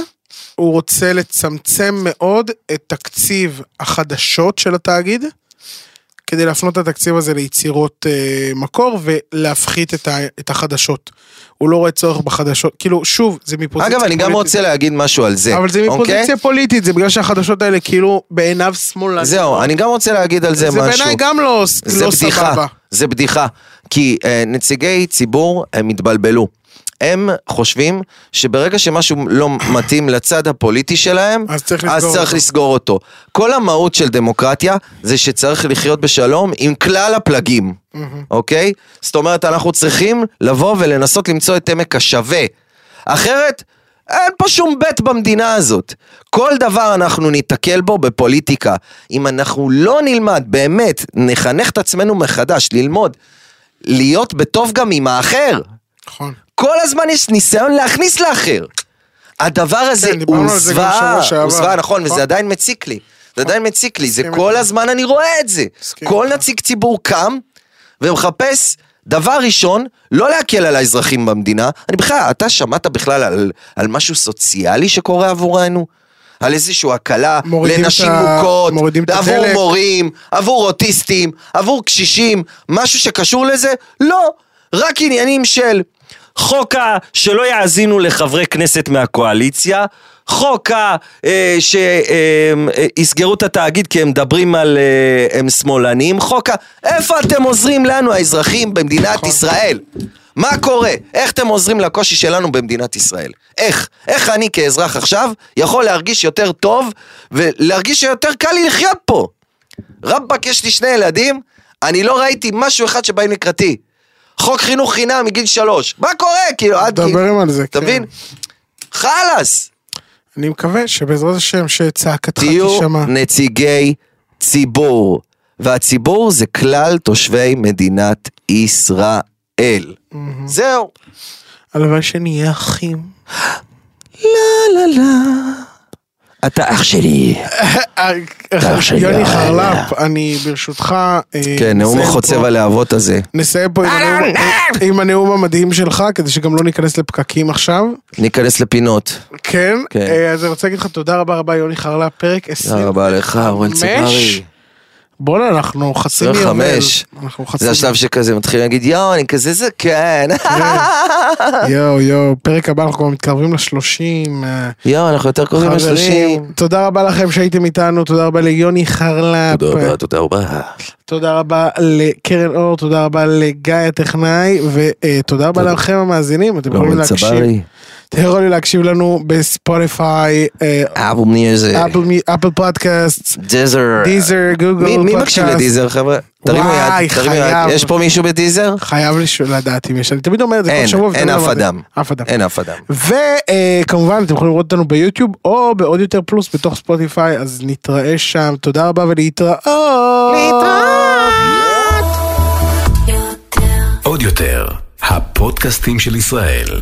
Speaker 2: הוא רוצה לצמצם מאוד את תקציב החדשות של התאגיד, כדי להפנות את התקציב הזה ליצירות אה, מקור ולהפחית את, ה, את החדשות. הוא לא רואה צורך בחדשות, כאילו, שוב, זה מפוזיציה
Speaker 4: אגב, אני גם רוצה להגיד משהו על זה.
Speaker 2: אבל זה
Speaker 4: אוקיי?
Speaker 2: מפוזיציה פוליטית, זה בגלל שהחדשות האלה כאילו בעיניו שמאלניות.
Speaker 4: זהו, אני גם רוצה להגיד על זה
Speaker 2: זה
Speaker 4: משהו.
Speaker 2: בעיניי גם לא,
Speaker 4: זה
Speaker 2: לא
Speaker 4: בדיחה,
Speaker 2: סבבה.
Speaker 4: זה בדיחה. כי אה, נציגי ציבור, הם התבלבלו. הם חושבים שברגע שמשהו לא מתאים לצד הפוליטי שלהם,
Speaker 2: אז צריך
Speaker 4: אז
Speaker 2: לסגור
Speaker 4: צריך
Speaker 2: אותו.
Speaker 4: לסגור אותו. כל המהות של דמוקרטיה זה שצריך לחיות בשלום עם כלל הפלגים, אוקיי? זאת אומרת, אנחנו צריכים לבוא ולנסות למצוא את עמק השווה. אחרת, אין פה שום בית במדינה הזאת. כל דבר אנחנו ניתקל בו בפוליטיקה. אם אנחנו לא נלמד, באמת, נחנך את עצמנו מחדש, ללמוד, להיות בטוב גם עם האחר.
Speaker 2: נכון.
Speaker 4: כל הזמן יש ניסיון להכניס לאחר. הדבר הזה
Speaker 2: כן, דיברנו
Speaker 4: הוא
Speaker 2: על זה גם
Speaker 4: זוועה,
Speaker 2: בשבוע
Speaker 4: הוא
Speaker 2: שעבר.
Speaker 4: זוועה, נכון,
Speaker 2: נכון.
Speaker 4: וזה עדיין מציק לי. זה עדיין מציק לי, זה
Speaker 2: מסכים
Speaker 4: כל
Speaker 2: איתך.
Speaker 4: הזמן אני רואה את זה.
Speaker 2: מסכים
Speaker 4: כל
Speaker 2: איתך.
Speaker 4: נציג ציבור קם ומחפש, דבר ראשון, לא להקל על האזרחים במדינה. אני בכלל, אתה שמעת בכלל על, על משהו סוציאלי שקורה עבורנו? על איזושהי הקלה
Speaker 2: מורידים
Speaker 4: לנשים
Speaker 2: את ה-
Speaker 4: מוכות,
Speaker 2: מורידים את
Speaker 4: עבור
Speaker 2: הדלק.
Speaker 4: מורים, עבור אוטיסטים, עבור קשישים, משהו שקשור לזה? לא, רק עניינים של
Speaker 3: חוק ה... שלא יאזינו לחברי כנסת מהקואליציה, חוק ה... אה,
Speaker 4: אה,
Speaker 3: שיסגרו את התאגיד כי הם מדברים על... אה, הם שמאלנים, חוק ה...
Speaker 4: איפה אתם עוזרים לנו, האזרחים במדינת
Speaker 2: נכון.
Speaker 4: ישראל? מה קורה? איך אתם עוזרים לקושי שלנו במדינת ישראל? איך? איך אני כאזרח עכשיו יכול להרגיש יותר טוב ולהרגיש שיותר קל לי לחיות פה? רבאק, יש לי שני ילדים, אני לא ראיתי משהו אחד שבאים לקראתי. חוק חינוך חינם מגיל שלוש. מה קורה? כאילו, עד כאילו...
Speaker 2: מדברים על זה,
Speaker 4: אתה
Speaker 2: כן.
Speaker 4: מבין? חלאס.
Speaker 2: אני מקווה שבעזרת השם שצעקתך
Speaker 4: תהיו
Speaker 2: תישמע.
Speaker 4: נציגי ציבור, והציבור זה כלל תושבי מדינת ישראל. זהו.
Speaker 2: הלוואי שנהיה אחים.
Speaker 4: לה לה לה. אתה אח שלי. שלי,
Speaker 2: אה, יוני
Speaker 4: יאללה.
Speaker 2: חרלפ, אני ברשותך... אה,
Speaker 4: אה, כן, נאום
Speaker 2: נסיים
Speaker 4: החוצב
Speaker 2: פה-
Speaker 4: הלהבות הזה.
Speaker 2: נסיים
Speaker 4: אה,
Speaker 2: פה עם
Speaker 4: לא,
Speaker 2: הנאום- עם הנאום המדהים שלך, כדי שגם לא ניכנס לפקקים עכשיו.
Speaker 4: ניכנס לפינות.
Speaker 2: כן,
Speaker 4: כן.
Speaker 2: אה, אז אני רוצה להגיד לך תודה רבה רבה יוני חרלפ, פרק 20.
Speaker 4: תודה רבה לך, אורן צברי.
Speaker 2: בואנה, אנחנו חצי
Speaker 4: פרק
Speaker 2: מיובל.
Speaker 4: חמש.
Speaker 2: אנחנו חצי
Speaker 4: זה השלב שכזה מתחיל להגיד, יואו, אני כזה כן." זקן.
Speaker 2: כן. יואו יואו, פרק הבא אנחנו כבר מתקרבים לשלושים. אה,
Speaker 4: יואו, אנחנו יותר קרובים
Speaker 2: חברים,
Speaker 4: לשלושים.
Speaker 2: תודה רבה לכם שהייתם איתנו, תודה רבה ליוני חרלפ.
Speaker 4: תודה רבה, תודה רבה.
Speaker 2: תודה רבה לקרן אור, תודה רבה לגיא הטכנאי, ותודה רבה לכם המאזינים, אתם יכולים
Speaker 4: אורן
Speaker 2: להקשיב.
Speaker 4: צברי.
Speaker 2: אתם יכולים להקשיב לנו בספוטיפיי, אה,
Speaker 4: אבו מיוזיק.
Speaker 2: אפל מי- אפל פודקאסט,
Speaker 4: דיזר.
Speaker 2: דיזר, גוגל
Speaker 4: מי
Speaker 2: פודקאסט.
Speaker 4: מי מקשיב לדיזר, חבר'ה? תרימו
Speaker 2: וואי,
Speaker 4: יד, תרימו
Speaker 2: חייב.
Speaker 4: יד. יש פה מישהו בדיזר?
Speaker 2: חייב לשאול- לדעת אם יש, אני תמיד אומר את זה כל
Speaker 4: אין,
Speaker 2: שבוע. ותמיד
Speaker 4: אין
Speaker 2: לא
Speaker 4: אף
Speaker 2: אמרתי.
Speaker 4: אדם.
Speaker 2: אף אדם.
Speaker 4: אין אף אדם.
Speaker 2: וכמובן אתם יכולים לראות אותנו ביוטיוב או בעוד יותר פלוס בתוך ספוטיפיי אז נתראה שם תודה רבה ולהתראות.
Speaker 1: עוד יותר, הפודקאסטים של ישראל.